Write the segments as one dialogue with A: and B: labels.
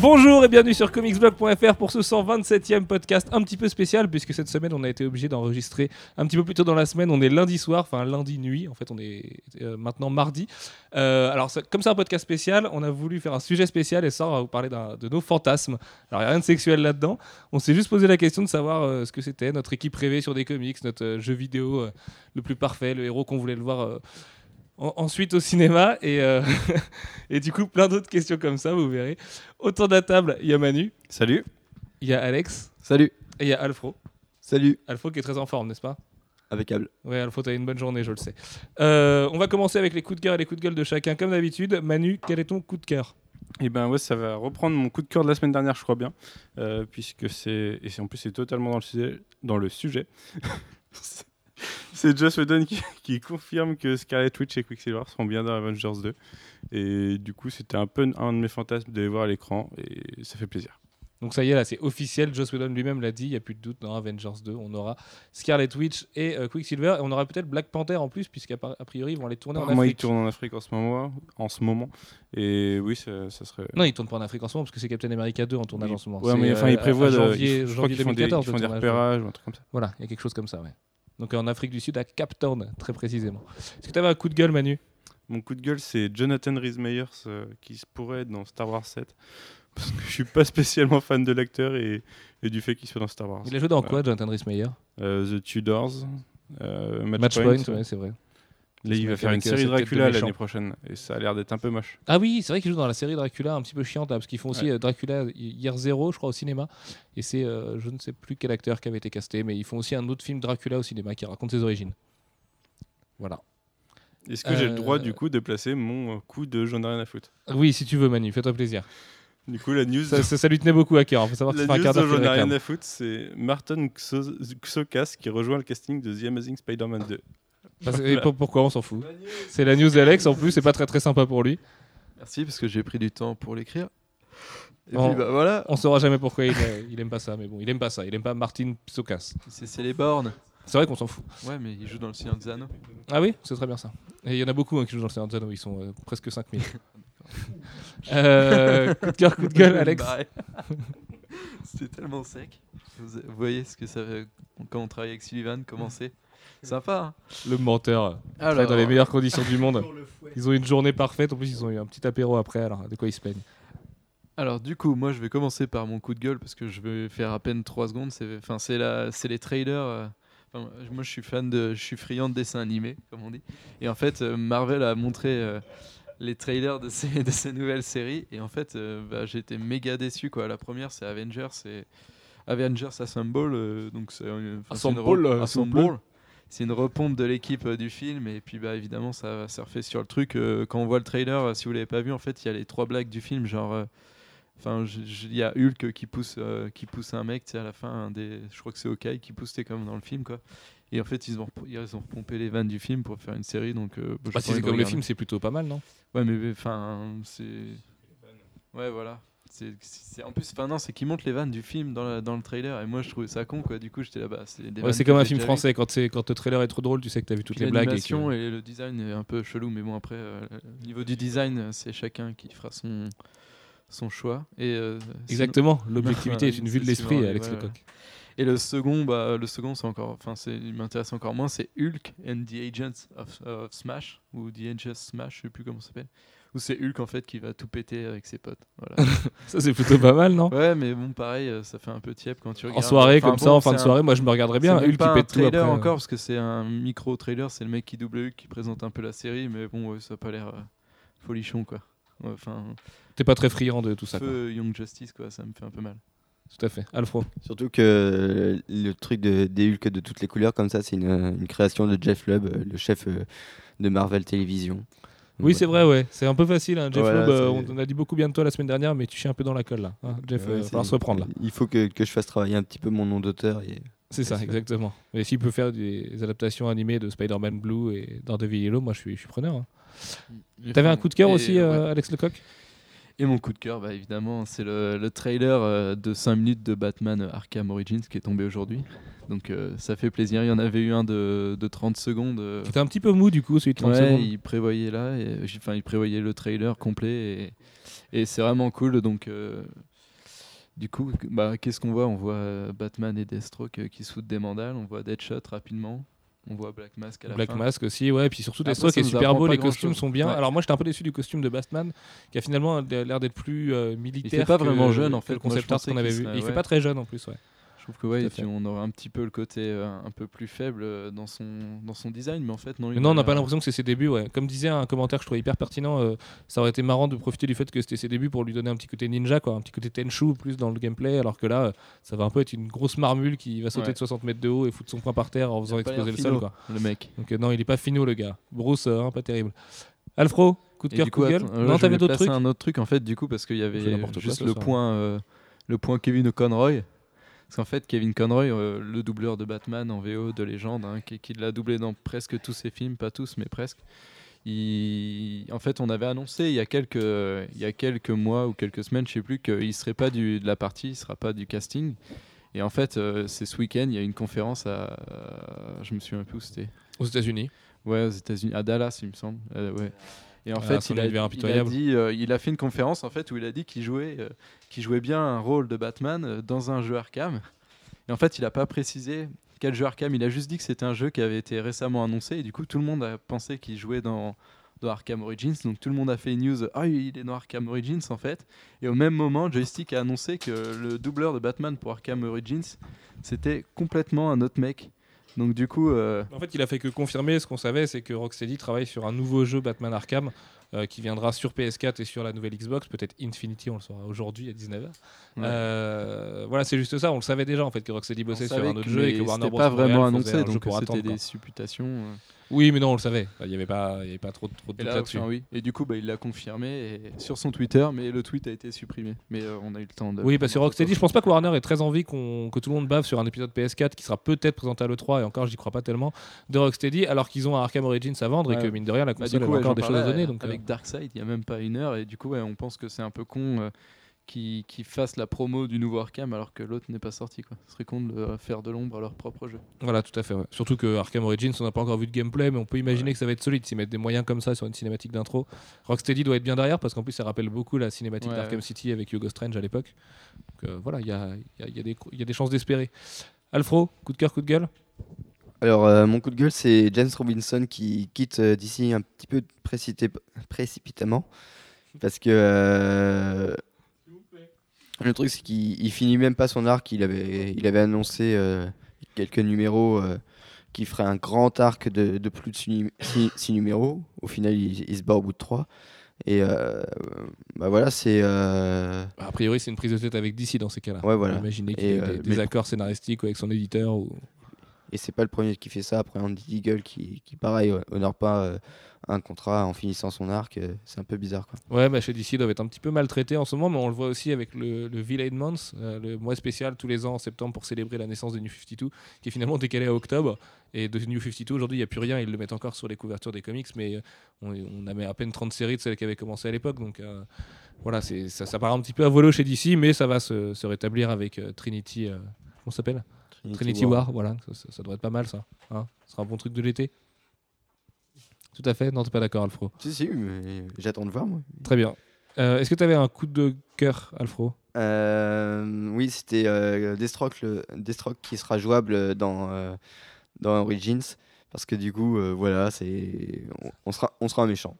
A: Bonjour et bienvenue sur comicsblog.fr pour ce 127e podcast un petit peu spécial puisque cette semaine on a été obligé d'enregistrer un petit peu plus tôt dans la semaine. On est lundi soir, enfin lundi nuit, en fait on est euh, maintenant mardi. Euh, alors ça- comme c'est un podcast spécial, on a voulu faire un sujet spécial et ça on va vous parler d'un- de nos fantasmes. Alors il n'y a rien de sexuel là-dedans. On s'est juste posé la question de savoir euh, ce que c'était notre équipe rêvée sur des comics, notre euh, jeu vidéo euh, le plus parfait, le héros qu'on voulait le voir. euh, en- ensuite au cinéma et, euh, et du coup plein d'autres questions comme ça vous verrez Autour de la table, il y a Manu,
B: Salut.
A: il y a Alex
B: Salut.
A: et il y a Alfro.
B: Salut.
A: Alfro qui est très en forme, n'est-ce pas
B: Avec Abel.
A: Ouais, Alfro, t'as eu une bonne journée, je le sais. Euh, on va commencer avec les coups de cœur et les coups de gueule de chacun, comme d'habitude. Manu, quel est ton coup de cœur
C: Et ben ouais, ça va reprendre mon coup de cœur de la semaine dernière, je crois bien, euh, puisque c'est et c'est en plus c'est totalement dans le sujet. Dans le sujet. c'est Joss Whedon qui, qui confirme que Scarlet Witch et Quicksilver seront bien dans Avengers 2. Et du coup, c'était un peu un de mes fantasmes de les voir à l'écran et ça fait plaisir.
A: Donc ça y est, là, c'est officiel. Joss Whedon lui-même l'a dit, il n'y a plus de doute. Dans Avengers 2, on aura Scarlet Witch et euh, Quicksilver. Et on aura peut-être Black Panther en plus, puisqu'à par- a priori, ils vont aller tourner en
C: Moi, ils
A: Afrique.
C: tournent en Afrique en ce moment, en ce moment. Et oui, ça, ça serait.
A: Non, ils tournent pas en Afrique en ce moment, parce que c'est Captain America 2 en tournage
C: Oui.
A: en ce moment.
C: Ouais,
A: C'est,
C: mais enfin, ils
A: euh, à- à
C: prévoient de-
A: janvier,
C: ils- je crois
A: janvier
C: qu'ils font des-
A: 2014.
C: ils font des
A: le tournage.
C: repérages ou un truc comme ça.
A: Voilà, il y a quelque chose comme ça, ouais. Donc euh, en Afrique du Sud, à Cap Town, très précisément. Est-ce que t'avais un coup de gueule, Manu
C: Mon coup de gueule, c'est Jonathan Rhys Meyers euh, qui se pourrait être dans Star Wars 7. Parce que je suis pas spécialement fan de l'acteur et, et du fait qu'il soit dans Star Wars.
A: Il a joué dans quoi, Jonathan Rhys-Meyer
C: Euh, The Tudors, euh, Match,
A: Matchpoint,
C: Point.
A: ouais, c'est vrai.
C: Là, il va faire une
A: Avec, euh, cette
C: série
A: tête de
C: Dracula
A: méchant.
C: l'année prochaine et ça a l'air d'être un peu moche.
A: Ah oui, c'est vrai qu'il joue dans la série Dracula, un petit peu chiante, là, parce qu'ils font aussi euh, Dracula hier zéro, je crois, au cinéma. Et c'est, euh, je ne sais plus quel acteur qui avait été casté, mais ils font aussi un autre film Dracula au cinéma qui raconte ses origines. Voilà.
C: Est-ce que j'ai le droit
A: Euh,
C: du coup de placer mon euh, coup de j'en ai rien à foutre
A: Oui, si tu veux, Manu, fais-toi plaisir.
C: Du coup, la news,
A: Ça, ça- ça lui tenait beaucoup à cœur. Il faut savoir que
C: la
A: c'est un
C: news
A: quart
C: de
A: d'heure qu'il
C: j'en ai rien
A: réclame.
C: à foutre, c'est Martin Xo- Xokas qui rejoint le casting de The Amazing Spider-Man 2.
A: Parce- et pour- Pourquoi on s'en fout C'est la news d'Alex, en plus, c'est pas très très sympa pour lui.
B: Merci parce que j'ai pris du temps pour l'écrire. Et
A: On-
B: puis bah voilà,
A: On saura jamais pourquoi il, euh, il aime pas ça, mais bon, il aime pas ça. Il aime pas Martin Psokas.
B: c'est c'est les bornes.
A: C'est vrai qu'on s'en fout.
B: Ouais, mais il joue dans le Seigneur des Anneaux.
A: Ah oui, c'est très bien ça. Et il y en a beaucoup hein, qui jouent dans le Seigneur des Anneaux, ils sont euh, presque 5000. euh, coup de cœur, coup de gueule, Alex.
B: Barré. C'était tellement sec. Vous vous voyez ce que ça fait quand on travaille avec Sullivan, comment c'est Sympa. hein
A: Le menteur.
B: Alors,
A: travaille dans les meilleures conditions du monde. Ils ont une journée parfaite, en plus ils ont eu un petit apéro après, alors de quoi ils se plaignent.
B: alors du coup, moi je vais commencer par mon coup de gueule parce que je vais faire à peine 3 secondes. C'est enfin, c'est la- c'est les trailers. euh, enfin, moi je suis fan de, je suis friand de dessins animés, comme on dit. Et en fait, euh, Marvel a montré euh, les trailers de ses, de ses nouvelles séries. Et en fait, euh, bah, j'étais méga déçu. Quoi. La première, c'est Avengers. C'est Avengers Assemble. euh, donc c'est une- enfin, c'est une
C: Assemble,
B: re-
C: euh, s'il vous
B: Assemble.
C: plaît.
B: C'est une repompe de l'équipe euh, du film. Et puis, bah, évidemment, ça va surfer sur le truc. Euh, quand on voit le trailer, euh, si vous l'avez pas vu, en fait, il y a les trois blagues du film. Genre. euh, Enfin, je- je- il y a Hulk qui pousse, euh, qui pousse un mec, tu sais, à la fin, un des, je crois que c'est Hawkeye qui pousse, t'es comme dans le film, quoi. Et en fait, ils ont, rep- ils ont repompé les vannes du film pour faire une série. Donc, euh, bah, j'ai
A: Bah,
B: pas
A: si
B: envie
A: c'est
B: de
A: comme le
B: regarder.
A: film, c'est plutôt pas mal, non
B: Ouais, mais enfin, c'est. Ouais, voilà. C'est, c'est- en plus, enfin, non, c'est qu'ils montent les vannes du film dans, la- dans le trailer. Et moi, je trouvais ça con, quoi. Du coup, j'étais là-bas. C'est, des
A: Ouais,
B: vannes
A: C'est
B: que
A: comme un
B: j'ai
A: film
B: déjà vues.
A: français, quand, c'est- quand le trailer est trop drôle, tu sais que t'as vu toutes
B: Puis
A: les blagues. et que-
B: l'animation euh, et le design est un peu chelou, mais bon, après, euh, au niveau du design, euh, c'est chacun qui fera son, son choix. Et, euh, sinon-
A: Exactement, l'objectivité est une vue de
B: C'est
A: l'esprit,
B: souvent,
A: Alex
B: ouais,
A: Lecoq.
B: Et le second, bah, le second, c'est encore, enfin, c'est, il m'intéresse encore moins, c'est Hulk and the Agents of, of Smash ou the Agents Smash, je sais plus comment ça s'appelle. Où c'est Hulk en fait qui va tout péter avec ses potes. Voilà.
A: Ça, c'est plutôt pas mal, non
B: ouais, mais bon, pareil, euh, ça fait un peu tiep quand tu
A: En
B: regardes.
A: soirée,
B: Enfin,
A: comme ça,
B: bon,
A: en fin de
B: c'est un-
A: soirée, moi je me regarderais bien.
B: c'est même
A: Hulk
B: pas
A: qui
B: un
A: pète tout
B: trailer
A: après. euh,
B: encore parce que c'est un micro trailer, c'est le mec qui double Hulk qui présente un peu la série, mais bon, ouais, ça a pas l'air euh, folichon quoi. Ouais, Enfin,
A: T'es pas très friand de tout ça. quoi.
B: feu Young Justice quoi, ça me fait un peu mal.
A: Tout à fait. Alfro.
D: Surtout que euh, le truc de, des Hulk de toutes les couleurs, comme ça, c'est une, euh, une création de Jeff Lubb, euh, le chef euh, de Marvel Television.
A: Oui, c'est vrai, ouais. C'est un peu facile. hein. Jeff
D: Voilà,
A: Loeb, euh,
D: c'est-
A: on a dit beaucoup bien de toi la semaine dernière, mais tu chies un peu dans la colle là. hein, Jeff, il
D: euh, Ouais,
A: va
D: c'est-
A: falloir se reprendre là.
D: Il faut que, que je fasse travailler un petit peu mon nom d'auteur. Et...
A: C'est ça,
D: c'est-
A: exactement. Mais s'il peut faire des adaptations animées de Spider-Man Blue et Daredevil Yellow, moi je suis, je suis preneur. hein. T'avais un coup de cœur
B: Et,
A: aussi, euh,
B: ouais.
A: Alex Lecoq
B: Et mon coup de cœur, bah, évidemment, c'est le, le trailer euh, de 5 minutes de Batman euh, Arkham Origins qui est tombé aujourd'hui. Donc euh, ça fait plaisir, il y en avait eu un de, de 30 secondes. euh,
A: Qui était un petit peu mou du coup, celui de 30
B: ouais,
A: secondes.
B: il prévoyait là, et, j'ai- enfin il prévoyait le trailer complet et, et c'est vraiment cool. Donc euh, Du coup, que- bah, qu'est-ce qu'on voit On voit euh, Batman et Deathstroke euh, qui se foutent des mandales, on voit Deadshot rapidement, on voit Black Mask à la
A: Black
B: fin.
A: Mask aussi, ouais, et puis surtout
B: Après,
A: Deathstroke
B: ça
A: est
B: nous
A: super
B: apprend
A: beau,
B: pas
A: les costumes
B: grand-chose.
A: sont bien.
B: Ouais.
A: Alors moi j'étais un peu déçu du costume de Batman, qui a finalement l'air d'être plus euh, militaire.
B: pas
A: que-
B: vraiment jeune, en
A: que
B: fait.
A: Le
B: Moi, je
A: concept art
B: pensais
A: qu'on avait
B: qu'il
A: vu.
B: serait-
A: Il fait
B: ouais.
A: pas très jeune en plus, ouais.
B: Je trouve que ouais,
A: Tout à
B: et puis
A: fait.
B: on aura un petit peu le côté euh, un peu plus faible euh, dans son, dans son design, mais en fait, non.
A: Mais
B: il
A: non, on
B: a
A: n'a pas
B: l'air-
A: l'impression que c'est ses débuts. Ouais. Comme disait un commentaire que je trouvais hyper pertinent, euh, ça aurait été marrant de profiter du fait que c'était ses débuts pour lui donner un petit côté ninja, quoi, un petit côté Tenchu plus dans le gameplay, alors que là, euh, ça va un peu être une grosse marmule qui va sauter
B: Ouais.
A: de 60 mètres de haut et foutre son poing par terre en faisant
B: a pas
A: exploser
B: l'air
A: le sol.
B: finot.
A: Quoi.
B: Le mec.
A: Donc euh, non, il est pas finot, le gars. Bruce, euh, hein, pas terrible. Alfro, coup de
B: Et
A: cœur,
B: du coup,
A: coup de gueule.
B: attends, euh, ouais,
A: non,
B: je voulais
A: t'avais d'autres
B: placer
A: trucs
B: un autre truc en fait, du coup, parce qu'il y
A: fait
B: avait
A: n'importe quoi
B: juste
A: ce
B: le
A: soir.
B: point, euh, le point Kevin O'Conroy. Parce qu'en fait, Kevin Conroy, euh, le doubleur de Batman en VO de légende, hein, qui, qui l'a doublé dans presque tous ses films, pas tous, mais presque. Il... En fait, on avait annoncé il y a quelques, il y a quelques mois ou quelques semaines, je sais plus, qu'il serait pas du, de la partie, il sera pas du casting. Et en fait, euh, c'est ce week-end, il y a une conférence à, je me souviens plus où c'était.
A: aux États-Unis.
B: Ouais, aux États-Unis, à Dallas, il me semble. Euh, ouais. Et en
A: Ah,
B: fait,
A: son
B: il a,
A: univers
B: il a
A: impitoyable.
B: dit, euh, il a fait une conférence en fait où il a dit qu'il jouait, euh, qu'il jouait bien un rôle de Batman euh, dans un jeu Arkham. Et en fait, il a pas précisé quel jeu Arkham. Il a juste dit que c'était un jeu qui avait été récemment annoncé. Et du coup, tout le monde a pensé qu'il jouait dans dans Arkham Origins. Donc tout le monde a fait une news. Ah, il est dans Arkham Origins en fait. Et au même moment, Joystick a annoncé que le doubleur de Batman pour Arkham Origins, c'était complètement un autre mec. Donc du coup. euh,
A: En fait, il a fait que confirmer ce qu'on savait, c'est que Rocksteady travaille sur un nouveau jeu Batman Arkham euh, qui viendra sur PS4 et sur la nouvelle Xbox, peut-être Infinity, on le saura aujourd'hui à 19h.
B: Ouais.
A: Euh, voilà, c'est juste ça, on le savait déjà en fait que Rocksteady bossait
B: On
A: sur
B: savait
A: un autre
B: que-
A: jeu et que
B: mais
A: Warner
B: c'était
A: Bros.
B: pas
A: Montréal faisait
B: vraiment
A: un
B: annoncé,
A: jeu
B: donc
A: pour attendre,
B: c'était
A: quoi.
B: des supputations. euh.
A: Oui, mais non, on le savait. Il n'y avait pas, il y avait pas trop, de- trop de
B: Et,
A: doute
B: là,
A: là-dessus.
B: enfin, oui. et du coup, bah, il l'a confirmé et- sur son Twitter, mais le tweet a été supprimé. Mais euh, on a eu le temps de.
A: Oui, parce que Rocksteady, je pense pas que Warner ait très envie qu'on- que tout le monde bave sur un épisode PS4 qui sera peut-être présenté à l'E3, et encore, j'y crois pas tellement, de Rocksteady, alors qu'ils ont un Arkham Origins à vendre et
B: Ouais.
A: que, mine de rien, la
B: Bah, du
A: console
B: coup,
A: a
B: ouais,
A: encore
B: j'en
A: des choses
B: parlais
A: à donner. Donc, euh,
B: avec Darkseid, il y a même pas une heure, et du coup, ouais, on pense que c'est un peu con euh, qu'ils qu'ils fassent la promo du nouveau Arkham alors que l'autre n'est pas sorti. Quoi. Ce serait con de euh, faire de l'ombre à leur propre jeu.
A: Voilà, tout à fait. ouais. Surtout que Arkham Origins, on n'a pas encore vu de gameplay, mais on peut imaginer que ça va être solide. S'ils mettent des moyens comme ça sur une cinématique d'intro, Rocksteady doit être bien derrière parce qu'en plus, ça rappelle beaucoup la cinématique
B: Ouais,
A: d'Arkham
B: ouais.
A: City avec Hugo Strange à l'époque. Donc euh, voilà, il y a, il y a- il y a des- il y a des chances d'espérer. Alfro, coup de cœur, coup de gueule
D: Alors, euh, mon coup de gueule, c'est James Robinson qui quitte euh, d'ici un petit peu précité- précipitamment. Parce que. euh, le truc, c'est qu'il il finit même pas son arc. Il avait, il avait annoncé euh, quelques numéros euh, qui ferait un grand arc de, de plus de 6 numéros. Au final, il, il se bat au bout de 3. Et euh, bah voilà, c'est. euh,
A: A priori, c'est une prise de tête avec DC dans ces cas-là.
D: ouais, voilà.
A: Imaginez qu'il y
D: Et,
A: ait
D: euh,
A: des,
D: mais-
A: des accords scénaristiques avec son éditeur. Ou...
D: Et c'est pas le premier qui fait ça. Après, Andy Deagle qui, qui pareil, euh, honore pas euh, un contrat en finissant son arc. euh, c'est un peu bizarre, quoi.
A: Ouais, bah, chez DC, ils doivent être un petit peu maltraités en ce moment, mais on le voit aussi avec le, le Villain Month, euh, le mois spécial tous les ans en septembre pour célébrer la naissance de New 52, qui est finalement décalé à octobre. Et de New 52, aujourd'hui, il n'y a plus rien. Ils le mettent encore sur les couvertures des comics, mais euh, on, on avait à peine 30 séries de celles qui avaient commencé à l'époque. Donc euh, voilà, c'est- ça, ça part un petit peu à volo chez DC, mais ça va se, se rétablir avec euh, Trinity. euh, comment ça s'appelle Trinity War, voilà, ça, ça- ça doit être pas mal ça. Hein ce sera un bon truc de l'été. Tout à fait, non, t'es pas d'accord, Alfro.
D: Si, si, mais j'attends de voir, moi.
A: Très bien. Euh, Est-ce que t'avais un coup de cœur, Alfro
D: Euh, oui, c'était euh, Deathstroke, le- Deathstroke qui sera jouable euh, dans, euh, dans Origins. Parce que du coup, euh, voilà, c'est on, on sera, on sera un méchant.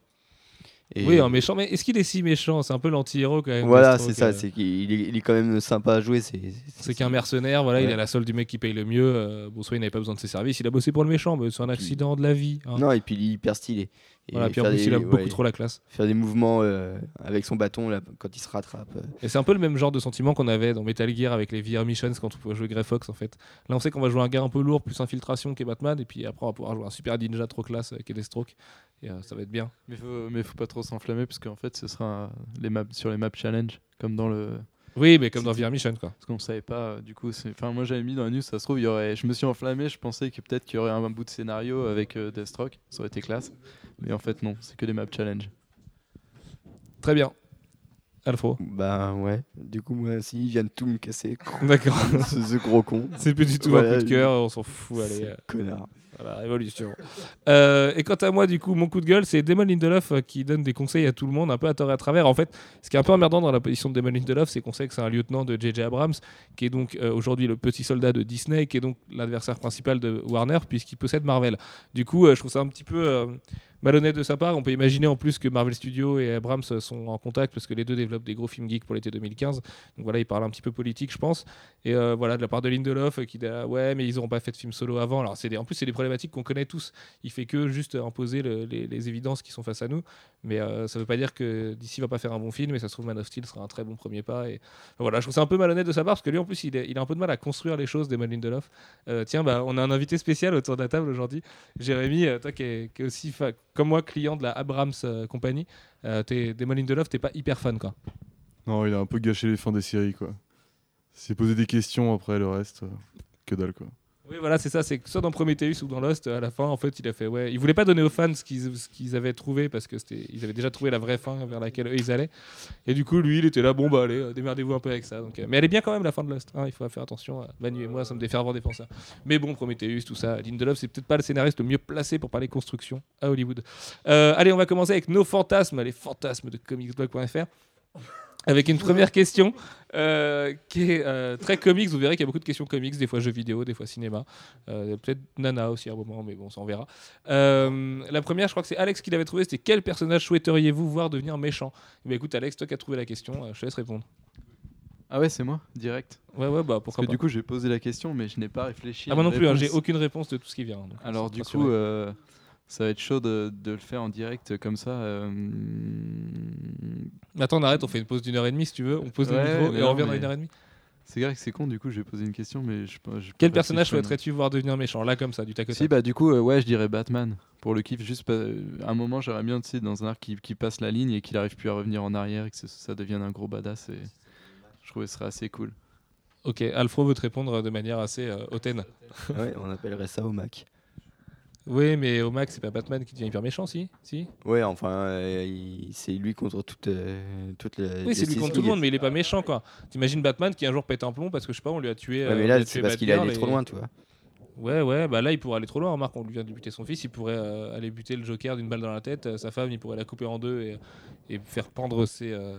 D: Et-
A: Oui, un méchant, mais est-ce qu'il est si méchant C'est un peu l'anti-héros quand même.
D: Voilà,
A: Deathstroke,
D: c'est ça.
A: euh,
D: C'est qu'il est, il est quand même sympa à jouer. C'est
A: C'est qu'un mercenaire, voilà, il
D: Ouais.
A: est à la solde du mec qui paye le mieux. euh, bon, soit il n'avait pas besoin de ses services, il a bossé pour le méchant, mais c'est un accident de la vie. hein.
D: Non, et puis il est hyper stylé. Et
A: Voilà, puis en
D: faire
A: plus, il a
D: des-
A: beaucoup
D: ouais,
A: trop la classe.
D: Faire des mouvements euh, avec son bâton là, quand il se rattrape. euh.
A: Et c'est un peu le même genre de sentiment qu'on avait dans Metal Gear avec les VR Missions quand on pouvait jouer Grey Fox en fait. Là on sait qu'on va jouer un gars un peu lourd plus infiltration qui est Batman et puis après on va pouvoir jouer un super ninja trop classe euh, qui est Deathstroke et euh, ça va être bien.
B: Mais faut, mais faut pas trop s'enflammer, parce qu'en fait, ce sera un- les maps, sur les maps challenge, comme dans le.
A: Oui mais comme dans
B: C'était-
A: VR Mission quoi.
B: Parce qu'on savait pas, euh, du coup, c'est... Enfin, moi j'avais mis dans la news, ça se trouve, il y aurait... je me suis enflammé, je pensais que peut-être qu'il y aurait un bout de scénario avec euh, Deathstroke, ça aurait été classe. Mais en fait, non, c'est que des map challenge.
A: Très bien. Alfro.
D: Bah ouais. Du coup, moi, si, il vient de tout me casser.
A: D'accord.
D: ce, ce gros con.
A: C'est plus du tout
D: Voilà,
A: un coup de cœur, on s'en fout. Allez,
D: Ce
A: euh,
D: Connard.
A: Voilà, révolution. Euh, et quant à moi, du coup, mon coup de gueule, c'est Damon Lindelof euh, qui donne des conseils à tout le monde, un peu à tort et à travers. En fait, ce qui est un peu emmerdant dans la position de Damon Lindelof, c'est qu'on sait que c'est un lieutenant de J.J. Abrams, qui est donc euh, aujourd'hui le petit soldat de Disney, qui est donc l'adversaire principal de Warner, puisqu'il possède Marvel. Du coup, euh, je trouve ça un petit peu euh, malhonnête de sa part. On peut imaginer en plus que Marvel Studios et Abrams euh, sont en contact, parce que les deux développent des gros films geeks pour l'été 2015. Donc voilà, il parle un petit peu politique, je pense. Et euh, voilà, de la part de Lindelof, euh, qui dit ah, ouais, mais ils n'auront pas fait de film solo avant. Alors, c'est des- en plus, c'est des problématiques qu'on connaît tous. Il fait que juste euh, imposer le- les, les évidences qui sont face à nous. Mais euh, ça ne veut pas dire que DC va pas faire un bon film. Et ça se trouve, Man of Steel sera un très bon premier pas. Et Enfin, voilà, je trouve ça un peu malhonnête de sa part parce que lui, en plus, il, est- il a un peu de mal à construire les choses, Damon Lindelof. Euh, tiens, bah, on a un invité spécial autour de la table aujourd'hui. Jérémy, euh, toi qui es, qui es aussi, fa- comme moi, client de la Abrams euh, Company, euh, t'es- Damon Lindelof, t'es pas hyper fan, quoi.
E: Non, il a un peu gâché les fins des séries, quoi. S'est posé des questions après le reste, euh, que dalle, quoi.
A: Oui, voilà, c'est ça. C'est que soit dans Prometheus ou dans Lost, à la fin, en fait, il a fait. Ouais, il voulait pas donner aux fans ce qu'ils, ce qu'ils avaient trouvé parce que c'était, ils avaient déjà trouvé la vraie fin vers laquelle eux, ils allaient. Et du coup, lui, il était là, bon, bah allez, euh, démerdez-vous un peu avec ça. Donc, euh, mais elle est bien quand même, la fin de Lost. hein, il faut faire attention. euh, Manu et moi sommes des fervents défenseurs. Mais bon, Prometheus, tout ça. Lindelof, c'est peut-être pas le scénariste le mieux placé pour parler construction à Hollywood. Euh, allez, on va commencer avec nos fantasmes, les fantasmes de comicsblog.fr. Avec une première question euh, qui est euh, très comics. Vous verrez qu'il y a beaucoup de questions comics, des fois jeux vidéo, des fois cinéma. Euh, Peut-être Nana aussi à un moment, mais bon, ça on verra. Euh, la première, je crois que c'est Alex qui l'avait trouvé. C'était quel personnage souhaiteriez-vous voir devenir méchant Eh bien, écoute, Alex, toi qui as trouvé la question, euh, je te laisse répondre.
B: Ah ouais, c'est moi, direct.
A: Ouais, ouais, bah pourquoi
B: Parce que
A: pas.
B: du coup, j'ai posé la question, mais je n'ai pas réfléchi.
A: ah,
B: à
A: moi
B: une
A: non plus, hein, j'ai
B: réponse.
A: aucune réponse de tout ce qui vient. hein, donc,
B: Alors
A: ça
B: du
A: me
B: coup,
A: rassurait.
B: euh, ça va être chaud de, de le faire en direct comme ça. euh,
A: Mais attends, on arrête, on fait une pause d'une heure et demie si tu veux. On pose
B: Ouais,
A: le micro
B: mais
A: et on
B: non,
A: revient dans
B: mais-
A: une heure et demie.
B: C'est vrai que c'est con, du coup, j'ai posé une question, mais je, je- je
A: Quel
B: réfléchis
A: personnage
B: pas, non.
A: souhaiterais-tu voir devenir méchant Là, comme ça, du tac au
B: Si,
A: tac.
B: bah du coup, euh, ouais, je dirais Batman. Pour le kiff, juste pas- un moment, j'aimerais bien, tu sais, dans un arc qui, qui passe la ligne et qu'il arrive plus à revenir en arrière et que ce- ça devienne un gros badass. Et... Je trouvais que ce serait assez cool.
A: Ok, Alfro veut te répondre de manière assez euh, hautaine.
D: Ouais, on appellerait ça au Mac.
A: Oui, mais au max, c'est pas Batman qui devient hyper méchant, si, si
D: Ouais, enfin, euh, il- c'est lui contre toute, euh, toute la.
A: Oui, c'est lui
D: Justice
A: contre tout le
D: League.
A: monde, mais il est pas méchant, quoi. T'imagines Batman qui un jour pète un plomb parce que, je sais pas, on lui a tué.
D: Ouais,
A: euh,
D: mais
A: on lui
D: là,
A: a
D: c'est
A: tué
D: parce qu'il est allé
A: Batgirl
D: trop
A: et-
D: loin, tu vois.
A: Ouais, ouais, bah là, il pourrait aller trop loin. Remarque, on lui vient de buter son fils, il pourrait euh, aller buter le Joker d'une balle dans la tête. Euh, sa femme, il pourrait la couper en deux et, et faire pendre ses, euh,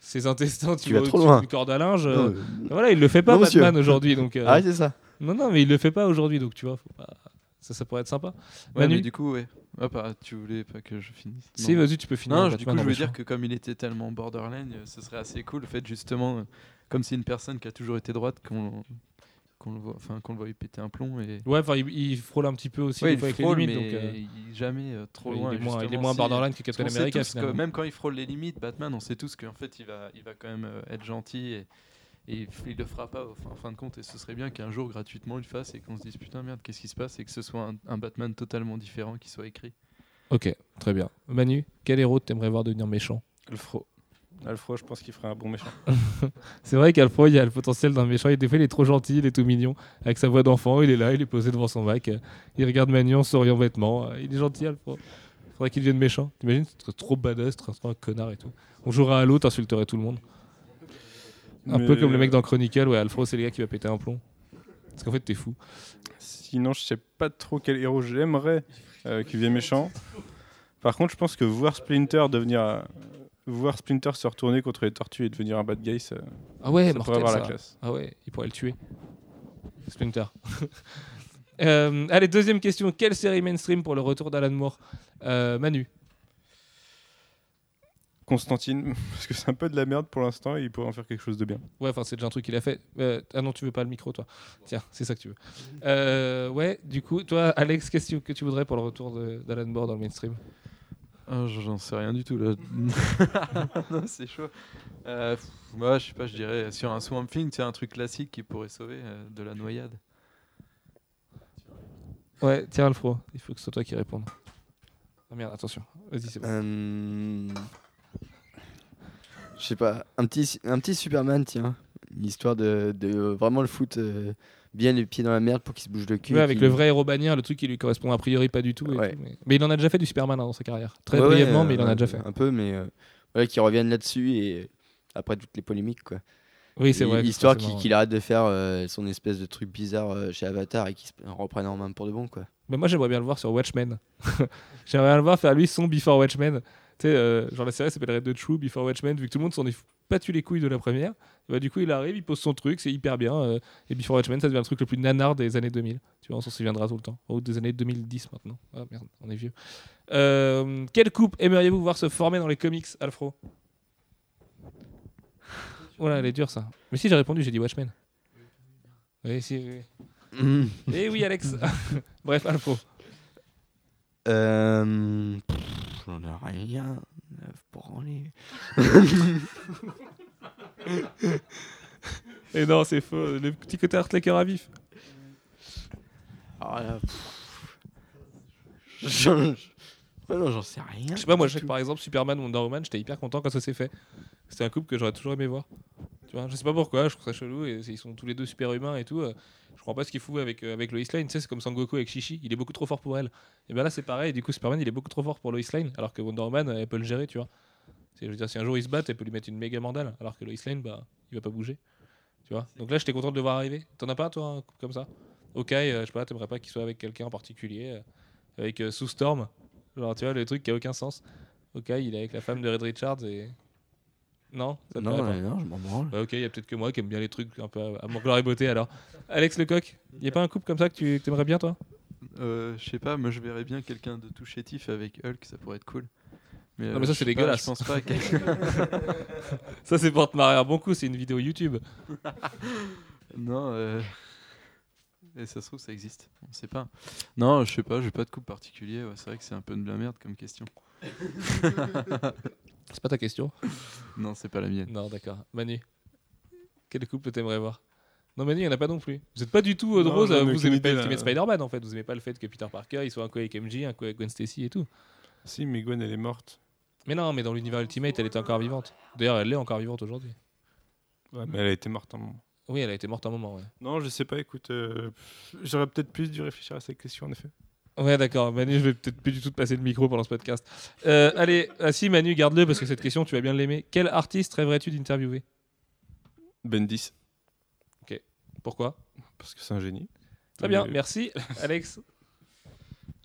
A: ses intestins.
D: Tu vas
A: vois,
D: trop
A: au-dessus
D: loin.
A: d'une corde à linge. euh.
E: Non, euh,
A: Voilà, il le fait pas,
D: Non, monsieur.
A: Batman, aujourd'hui. Donc, euh,
D: Ah, c'est ça.
A: non, non, mais il le fait pas aujourd'hui, donc tu vois, faut pas- ça, ça pourrait être sympa.
B: Ouais,
A: Manu
B: mais du coup, ouais. Hop, ah, tu voulais pas que je finisse
A: Si, vas-y, tu peux finir.
B: Non,
A: Batman
B: je- du coup,
A: en
B: je voulais
A: méchant.
B: dire que comme il était tellement borderline, euh, ce serait assez cool, le fait justement, euh, comme c'est une personne qui a toujours été droite, qu'on qu'on le voit, enfin qu'on le voit péter un plomb et.
A: Ouais, enfin, il, il frôle un petit peu aussi
B: Ouais,
A: des fois
B: il
A: avec
B: frôle,
A: les
B: mais
A: limites, donc. euh,
B: il est jamais euh, trop
A: il,
B: loin.
A: est moins, il est
B: justement,
A: moins
B: si-
A: borderline que Captain
B: on sait
A: America,
B: tous que
A: finalement.
B: même quand il frôle les limites, Batman, on sait tous qu'en fait, il va, il va quand même euh, être gentil et, et il le fera pas au- en fin de compte. Et ce serait bien qu'un jour, gratuitement, il le fasse et qu'on se dise putain, merde, qu'est-ce qui se passe et que ce soit un, un Batman totalement différent qui soit écrit.
A: Ok, très bien. Manu, quel héros t'aimerais voir devenir méchant
C: Alfro. Alfro, je pense qu'il ferait un bon méchant.
A: C'est vrai qu'Alfro, il y a le potentiel d'un méchant. Il, des fois, il est trop gentil, il est tout mignon. Avec sa voix d'enfant, il est là, il est posé devant son bac. euh, Il regarde Manu en souriant vêtement. euh, Il est gentil, Alfro. Faudrait qu'il devienne méchant. T'imagines, ce serait trop badass, ce serait un connard et tout. On jouera à l'eau, t'insulterais tout le monde. Un peu
C: Mais,
A: comme le mec
C: euh,
A: dans Chronicle, ouais, Alfro, c'est le gars qui va péter un plomb. Parce qu'en fait, t'es fou.
C: Sinon, je sais pas trop quel héros j'aimerais euh, qui vienne méchant. Par contre, je pense que voir Splinter devenir. euh, voir Splinter se retourner contre les tortues et devenir un bad guy, ça,
A: Ah ouais,
C: ça pourrait
A: mortel,
C: avoir la
A: ça.
C: classe.
A: Ah ouais, il pourrait le tuer. Splinter. Euh, allez, deuxième question. Quelle série mainstream pour le retour d'Alan Moore Euh, Manu.
C: Constantine, parce que c'est un peu de la merde pour l'instant et il pourrait en faire quelque chose de bien.
A: Ouais, enfin, c'est déjà un truc qu'il a fait. Euh, ah non, tu veux pas le micro, toi. Tiens, c'est ça que tu veux. Euh, ouais, du coup, toi, Alex, qu'est-ce que tu voudrais pour le retour de- d'Alan Moore dans le mainstream
B: Ah, J'en sais rien du tout là. Non, c'est chaud. Euh, pff, ouais, je sais pas, je dirais sur un Swamp Thing, c'est un truc classique qui pourrait sauver euh, de la noyade.
A: Ouais, tiens, Alfro, il faut que ce soit toi qui réponde. Ah merde, attention. Vas-y, c'est bon.
D: Euh, Je sais pas, un petit, un petit Superman, tiens. L'histoire de, de vraiment le foot euh, bien les pieds dans la merde pour qu'il se bouge le cul.
A: Ouais,
D: et
A: avec
D: qu'il-
A: le vrai héros bannière, le truc qui lui correspond a priori pas du tout. et
D: Ouais.
A: tout, mais... mais il en a déjà fait du Superman hein, dans sa carrière. Très
D: Ouais, ouais,
A: brièvement, mais
D: euh,
A: il en a déjà fait.
D: Un peu, mais euh, voilà, qui reviennent là-dessus et euh, après toutes les polémiques, quoi.
A: Oui, c'est vrai.
D: Histoire
A: forcément,
D: qu'il
A: ouais.
D: qu'il arrête de faire euh, son espèce de truc bizarre euh, chez Avatar et qu'il se reprenne en main pour de bon, quoi.
A: Mais moi, j'aimerais bien le voir sur Watchmen. j'aimerais bien le voir faire lui son Before Watchmen. Tu sais, euh, genre la série s'appellerait The True Before Watchmen, vu que tout le monde s'en est battu les couilles de la première. Bah, du coup, il arrive, il pose son truc, c'est hyper bien. euh, et Before Watchmen, ça devient le truc le plus nanard des années 2000. Tu vois, on s'en souviendra tout le temps. Ou des années 2010 maintenant. Ah merde, on est vieux. Euh, quelle coupe aimeriez-vous voir se former dans les comics, Alfro Voilà, elle est dure ça. Mais si j'ai répondu, j'ai dit Watchmen. Oui, si, oui. Et oui, Alex. Bref, Alfro.
D: Euh, pff, J'en ai rien à branler.
A: Et non, c'est faux. Le petit côté Heartlaker à vif.
D: Alors là, pff, j'en- Ouais, non, j'en sais rien.
A: Je sais pas, moi, je sais que par exemple, Superman ou Wonder Woman, j'étais hyper content quand ça s'est fait. C'était un couple que j'aurais toujours aimé voir. Tu vois, je sais pas pourquoi, je trouve ça chelou. Et ils sont tous les deux super humains et tout. euh, Je comprends pas ce qu'il fout avec, euh, avec Lois Lane. Tu sais, c'est comme Sangoku avec Shishi. Il est beaucoup trop fort pour elle. Et bien là, c'est pareil. Du coup, Superman, il est beaucoup trop fort pour Lois Lane. Alors que Wonder Woman, euh, elle peut le gérer, tu vois. C'est- Je veux dire, si un jour ils se battent, elle peut lui mettre une méga mandale. Alors que Lois Lane, bah, il va pas bouger. Tu vois. Donc là, j'étais content de le voir arriver. T'en as pas, toi, un couple comme ça Ok, euh, je sais pas, t'aimerais pas qu'il soit avec quelqu'un en particulier. euh, avec euh, Sue Storm. Genre, tu vois, le truc qui a aucun sens. Ok, il est avec la femme de Red Richards et. Non ça te
D: Non,
A: paraît pas
D: ouais, non, je m'en branle.
A: bah, ok, il y a peut-être que moi qui aime bien les trucs un peu à mon gloire et beauté alors. Alex Lecoq, il y a pas un couple comme ça que tu aimerais bien toi
B: Euh, je sais pas, moi je verrais bien quelqu'un de tout chétif avec Hulk, ça pourrait être cool. Mais, euh,
A: Non, mais ça,
B: je
A: c'est
B: sais pas,
A: dégueulasse.
B: Je pense pas que-
A: Ça c'est pour te marrer un bon coup, c'est une vidéo YouTube.
B: Non, euh, et ça se trouve, ça existe. On sait pas. Non, je sais pas, j'ai pas de couple particulier. ouais, c'est vrai que c'est un peu de la merde comme question.
A: C'est pas ta question
B: Non, c'est pas la mienne.
A: Non, d'accord. Manu, quel couple t'aimerais voir Non, Manu, il n'y en a pas non plus. Vous êtes pas du tout euh,
C: Non,
A: drôle,
C: j'en ai
A: euh, vous
C: aucune
A: aimez
C: idée,
A: pas
C: là.
A: Ultimate Spider-Man en fait, vous aimez pas le fait que Peter Parker il soit un coup avec MJ, un coup avec Gwen Stacy et tout.
C: Si, mais Gwen, elle est morte.
A: Mais non, mais dans l'univers Ultimate, elle était encore vivante. D'ailleurs, elle est encore vivante aujourd'hui.
C: Ouais, mais elle a été morte un moment.
A: Oui, elle a été morte un moment, ouais.
C: Non, je sais pas, écoute, euh, pff, j'aurais peut-être plus dû réfléchir à cette question en effet.
A: Ouais, d'accord. Manu, je vais peut-être plus du tout te passer le micro pendant ce podcast. Euh, allez, ah, si, Manu, garde-le parce que cette question, tu vas bien l'aimer. Quel artiste rêverais-tu d'interviewer
C: Bendis,
A: Pourquoi
C: parce que c'est un génie.
A: Très bien,
C: Mais-
A: merci, Alex.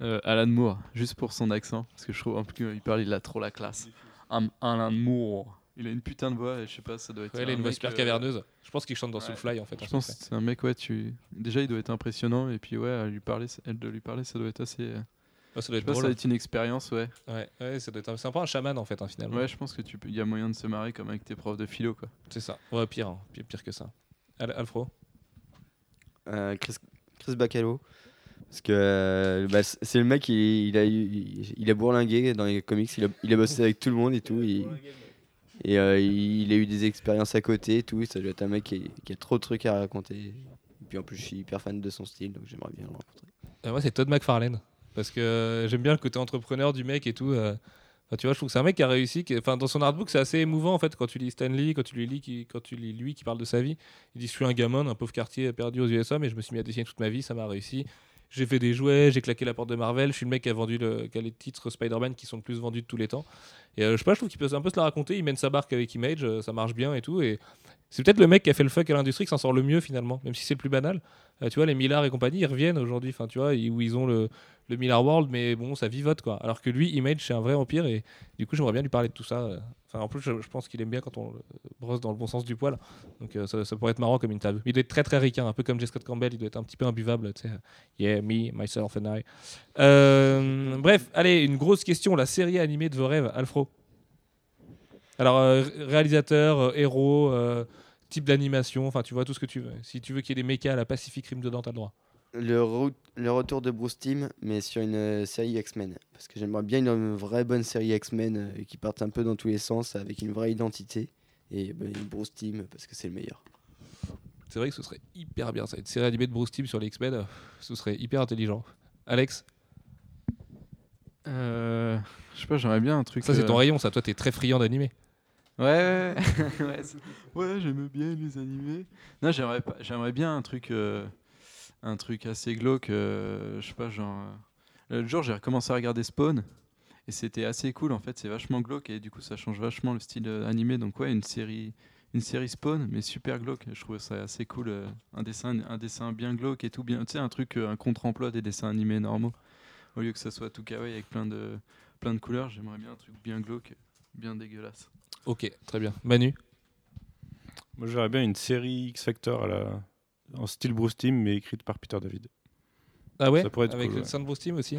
B: Euh, Alan Moore, juste pour son accent, parce que je trouve en plus quand il parle, il a trop la classe. Am- Alan Moore. Il a une putain de voix, et je sais pas, ça doit être.
A: Ouais, elle a
B: un
A: une voix
B: mec,
A: super
B: euh,
A: caverneuse. Je pense qu'il chante dans
B: ouais.
A: Soulfly en fait.
B: Je
A: en
B: pense que
A: français.
B: c'est un mec, ouais, tu. Déjà, il doit être impressionnant, et puis ouais, à lui parler, ça- elle de lui parler, ça doit être assez. euh,
A: Ouais, Oh, ça doit
B: Je
A: être
B: pense que ça
A: drôle. hein.
B: doit être une expérience, ouais.
A: Ouais, ouais, ça doit être un- C'est un peu un chaman en fait, hein, finalement.
B: Ouais, je pense que tu peux... y a moyen de se marrer comme avec tes profs de philo, quoi.
A: C'est ça. Ouais, pire, hein, pire, pire que ça. Al- Alfro
D: Euh, Chris, Chris Bacalo. Parce que euh, bah, c- c'est le mec, il, il a, eu- il, il a bourlingué dans les comics, il a, il a bossé avec tout le monde et tout. il- et euh, il a eu des expériences à côté et tout. Ça doit être un mec qui, qui a trop de trucs à raconter. Et puis en plus, je suis hyper fan de son style, donc j'aimerais bien le rencontrer.
A: Euh, Moi, c'est Todd McFarlane. Parce que euh, j'aime bien le côté entrepreneur du mec et tout. euh. Enfin, tu vois, je trouve que c'est un mec qui a réussi. qui- Enfin, dans son artbook, c'est assez émouvant en fait quand tu lis Stanley, quand tu lui lis, qui- quand tu lis lui qui parle de sa vie. Il dit Je suis un gamin d'un pauvre quartier perdu aux USA, mais je me suis mis à dessiner toute ma vie, ça m'a réussi. J'ai fait des jouets, j'ai claqué la porte de Marvel. Je suis le mec qui a vendu le, qui a les titres Spider-Man qui sont le plus vendus de tous les temps. Et euh, je sais pas, je trouve qu'il peut un peu se la raconter. Il mène sa barque avec Image, euh, ça marche bien et tout. Et c'est peut-être le mec qui a fait le fuck à l'industrie qui s'en sort le mieux finalement, même si c'est le plus banal. Euh, tu vois, les Millard et compagnie, ils reviennent aujourd'hui, enfin, tu vois, ils- où ils ont le, le Millard World, mais bon, ça vivote, quoi. Alors que lui, Image, c'est un vrai empire, et du coup, j'aimerais bien lui parler de tout ça. euh. Enfin, en plus, je, je pense qu'il aime bien quand on le brosse dans le bon sens du poil. Donc, euh, ça, ça pourrait être marrant comme interview. Il doit être très, très ricain, un peu comme J. Scott Campbell, il doit être un petit peu imbuvable, tu sais. Yeah, me, myself and I. Euh, bref, allez, une grosse question, la série animée de vos rêves, Alfro. Alors, euh, ré- réalisateur, euh, héros, euh, type d'animation, enfin tu vois tout ce que tu veux. Si tu veux qu'il y ait des mechas à la Pacific Rim dedans, t'as le droit.
D: Le, re- le retour de Bruce Timm, mais sur une euh, série X-Men. Parce que j'aimerais bien une, euh, vraie bonne série X-Men euh, qui parte un peu dans tous les sens, avec une vraie identité. Et bah, Bruce Timm, parce que c'est le meilleur.
A: C'est vrai que ce serait hyper bien ça. Une série animée de Bruce Timm sur les X-Men, euh, ce serait hyper intelligent. Alex,
B: Euh, je sais pas, j'aimerais bien un truc.
A: ça c'est
B: euh,
A: ton rayon, ça. Toi t'es très friand d'animé.
B: Ouais, ouais, ouais. ouais, c'est- ouais, j'aime bien les animés. Non, j'aimerais pas- j'aimerais bien un truc, euh, un truc assez glauque. euh, je sais pas, genre. euh, L'autre jour, j'ai recommencé à regarder Spawn et c'était assez cool en fait. C'est vachement glauque et du coup, ça change vachement le style euh, animé. Donc, ouais, une série, une série Spawn, mais super glauque. Je trouvais ça assez cool. euh, un, dessin, un dessin bien glauque et tout bien. Tu sais, un truc, euh, un contre-emploi des dessins animés normaux. Au lieu que ça soit tout kawaii avec plein de, plein de couleurs, j'aimerais bien un truc bien glauque, bien dégueulasse.
A: Ok, très bien. Manu
C: Moi, j'aurais bien une série X Factor à la... en style Bruce Team, mais écrite par Peter David.
A: Ah ouais
C: Ça pourrait être
A: Avec
C: cool,
A: le
C: ouais. Hmm.
A: Sound Boost Team aussi.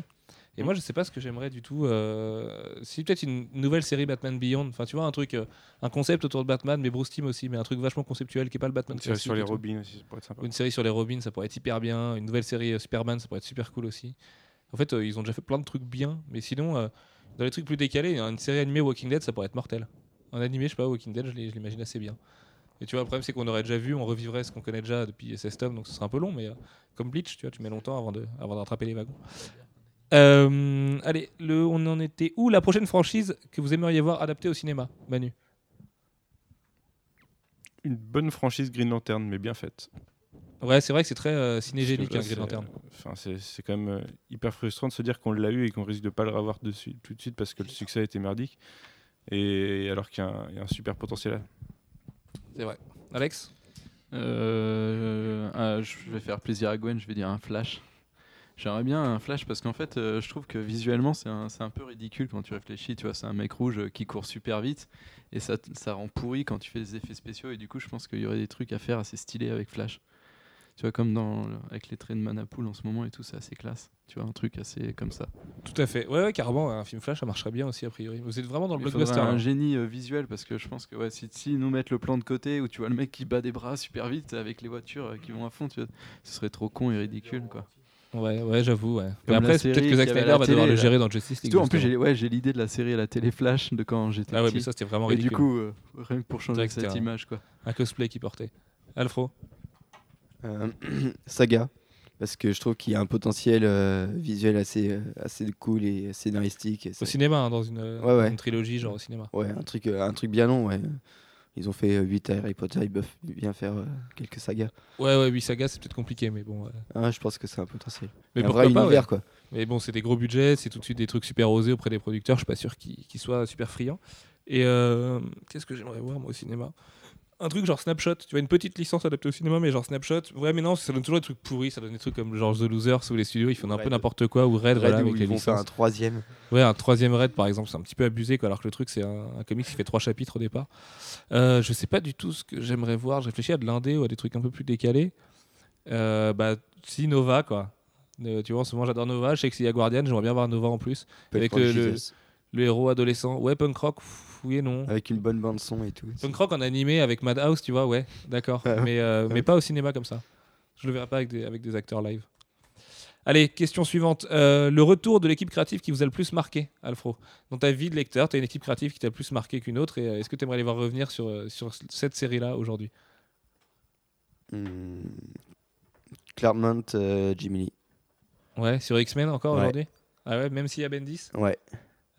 A: Et moi, je sais pas ce que j'aimerais du tout. euh, si peut-être une nouvelle série Batman Beyond. Enfin, tu vois, un truc, euh, un concept autour de Batman, mais Bruce Team aussi, mais un truc vachement conceptuel qui est pas le Batman.
C: Une série
A: classique
C: euh, sur les
A: et tout.
C: Robins aussi, ça pourrait être sympa.
A: Une série sur les Robins, ça pourrait être hyper bien. Une nouvelle série euh, Superman, ça pourrait être super cool aussi. En fait, euh, ils ont déjà fait plein de trucs bien, mais sinon, euh, dans les trucs plus décalés, hein, une série animée Walking Dead, ça pourrait être mortel. Un animé, je sais pas, Walking Dead, je l'ai- je l'imagine assez bien. Et tu vois, le problème, c'est qu'on aurait déjà vu, on revivrait ce qu'on connaît déjà depuis 16 tomes, donc ce serait un peu long, mais euh, comme Bleach, tu vois, tu mets longtemps avant de avant d'attraper les wagons. Euh, allez, le, on en était où La prochaine franchise que vous aimeriez voir adaptée au cinéma, Manu
C: Une bonne franchise Green Lantern, mais bien faite.
A: Ouais, c'est vrai que c'est très euh, cinégénique, hein,
C: Parce que
A: Green
C: là, c'est-
A: Lantern.
C: Enfin, c'est c'est quand même euh, hyper frustrant de se dire qu'on l'a eu et qu'on risque de pas le revoir de suite- tout de suite parce que le succès a été merdique. Et alors qu'il y, a un- il y a un super potentiel. là.
A: C'est vrai. Alex
B: Euh, euh, je vais faire plaisir à Gwen, je vais dire un flash. J'aimerais bien un flash parce qu'en fait, euh, je trouve que visuellement, c'est un, c'est un peu ridicule quand tu réfléchis. Tu vois, c'est un mec rouge euh, qui court super vite et ça, t- ça rend pourri quand tu fais des effets spéciaux. Et du coup, je pense qu'il y aurait des trucs à faire assez stylés avec flash. Tu vois, comme dans, le- avec les traits de Manapool en ce moment et tout, c'est assez classe. Tu vois, un truc assez comme ça.
A: Tout à fait. Ouais, ouais, carrément, un film Flash, ça marcherait bien aussi, a priori. Vous êtes vraiment dans le
B: Il faudrait
A: blockbuster.
B: un
A: hein.
B: génie euh, visuel parce que je pense que ouais, si, si ils nous mettent le plan de côté où tu vois le mec qui bat des bras super vite avec les voitures euh, qui vont à fond, tu vois, ce serait trop con et ridicule quoi.
A: Ouais, ouais, j'avoue. Ouais. Mais
B: Comme la
A: après,
B: série
A: peut-être que Zack
B: qu'il y avait à
A: Snyder
B: la
A: va
B: télé,
A: devoir le
B: là.
A: gérer dans Justice League.
B: Surtout, en plus,
A: justement.
B: j'ai ouais, j'ai l'idée de la série à la télé Flash de quand j'étais
A: Ah ouais, mais
B: petit.
A: ça, c'était vraiment
B: et
A: ridicule.
B: du coup, euh, rien que pour changer
A: Direct,
B: cette
A: hein.
B: image quoi.
A: Un cosplay qui portait. Alfro
D: Euh, saga, parce que je trouve qu'il y a un potentiel euh, visuel assez, euh, assez cool et scénaristique. et
A: Au
D: ça-
A: cinéma, hein, dans une, euh,
D: Ouais, ouais.
A: une trilogie, genre au cinéma.
D: Ouais, un truc, euh, un truc bien long, ouais. Ils ont fait euh, 8 Harry Potter, ils peuvent bien faire euh, quelques sagas.
A: Ouais, ouais, 8 sagas, c'est peut-être compliqué, mais bon. ouais.
D: Ah, je pense que c'est un potentiel.
A: Mais
D: un
A: pourquoi
D: vrai
A: pas ouais.
D: univers, quoi.
A: Mais bon, c'est des gros budgets, c'est tout de suite des trucs super osés auprès des producteurs. Je suis pas sûr qu'ils qu'ils soient super friands. Et euh, qu'est-ce que j'aimerais voir moi au cinéma Un truc genre Snapshot, tu vois, une petite licence adaptée au cinéma, mais genre Snapshot. Ouais, mais non, ça donne toujours des trucs pourris, ça donne des trucs comme genre The Losers ou les studios, ils font un peu
D: Raid.
A: n'importe quoi, ou Red, voilà,
D: Red, où
A: avec les
D: ils vont faire
A: licences.
D: un troisième.
A: Ouais, un troisième raid par exemple, c'est un petit peu abusé, quoi, alors que le truc c'est un, un comics qui fait trois chapitres au départ. Euh, je sais pas du tout ce que j'aimerais voir, je réfléchis à de l'indé ou à des trucs un peu plus décalés. Euh, bah, si Nova quoi. Euh, tu vois, en ce moment j'adore Nova, je sais que s'il y a Guardian, j'aimerais bien voir Nova en plus. Avec
D: Peut-être
A: le- le-
D: Jesus.
A: Le héros adolescent, ouais, punk rock, pff, oui et non.
D: Avec une bonne bande son et tout.
A: Punk rock en animé avec Madhouse, tu vois, ouais, d'accord,
D: Ouais.
A: mais, euh, mais pas au cinéma comme ça. Je le verrai pas avec des, avec des acteurs live. Allez, question suivante. Euh, le retour de l'équipe créative qui vous a le plus marqué, Alfro Dans ta vie de lecteur, tu as une équipe créative qui t'a le plus marqué qu'une autre. et euh, Est-ce que tu aimerais les voir revenir sur, euh, sur cette série-là aujourd'hui
D: Hmm. Claremont, euh, Jimmy Lee.
A: Ouais, sur X-Men encore
D: Ouais.
A: aujourd'hui Ah ouais, même s'il y a Bendis
D: Ouais.